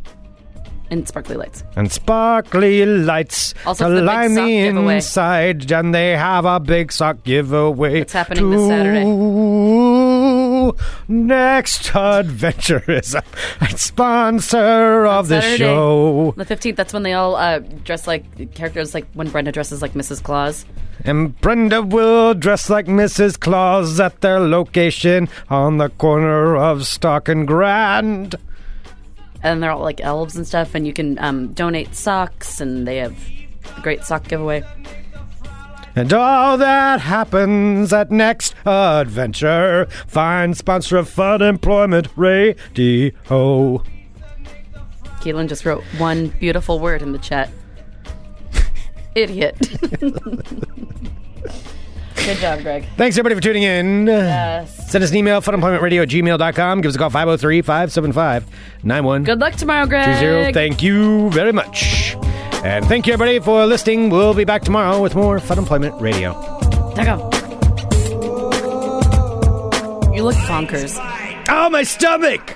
Speaker 6: and sparkly lights.
Speaker 5: And sparkly lights
Speaker 6: Also,
Speaker 5: to
Speaker 6: it's the big
Speaker 5: line
Speaker 6: sock
Speaker 5: the
Speaker 6: giveaway.
Speaker 5: inside. And they have a big sock giveaway.
Speaker 6: It's happening this Saturday.
Speaker 5: to- Next Adventure is a sponsor of the
Speaker 6: Saturday,
Speaker 5: show.
Speaker 6: The fifteenth. That's when they all uh, dress like characters, like when Brenda dresses like Mrs. Claus.
Speaker 5: And Brenda will dress like Mrs. Claus at their location on the corner of Stock and Grand.
Speaker 6: and they're all like elves and stuff and you can um, donate socks and they have a great sock giveaway
Speaker 5: And all that happens at Next Adventure. Fine sponsor of Fun Employment Radio.
Speaker 6: keelan just wrote one beautiful word in the chat idiot good job greg
Speaker 5: Thanks everybody for tuning in. Send us an email, funemploymentradio at gmail.com. Give us a call 503 575
Speaker 6: good luck tomorrow greg
Speaker 5: 9120. Thank you very much. And thank you everybody for listening. We'll be back tomorrow with more Fun Employment Radio.
Speaker 6: you you look bonkers
Speaker 5: Oh, my stomach!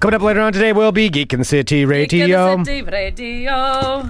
Speaker 5: Coming up later on today will be Geek in the City Radio. E
Speaker 6: E Good to see you, radio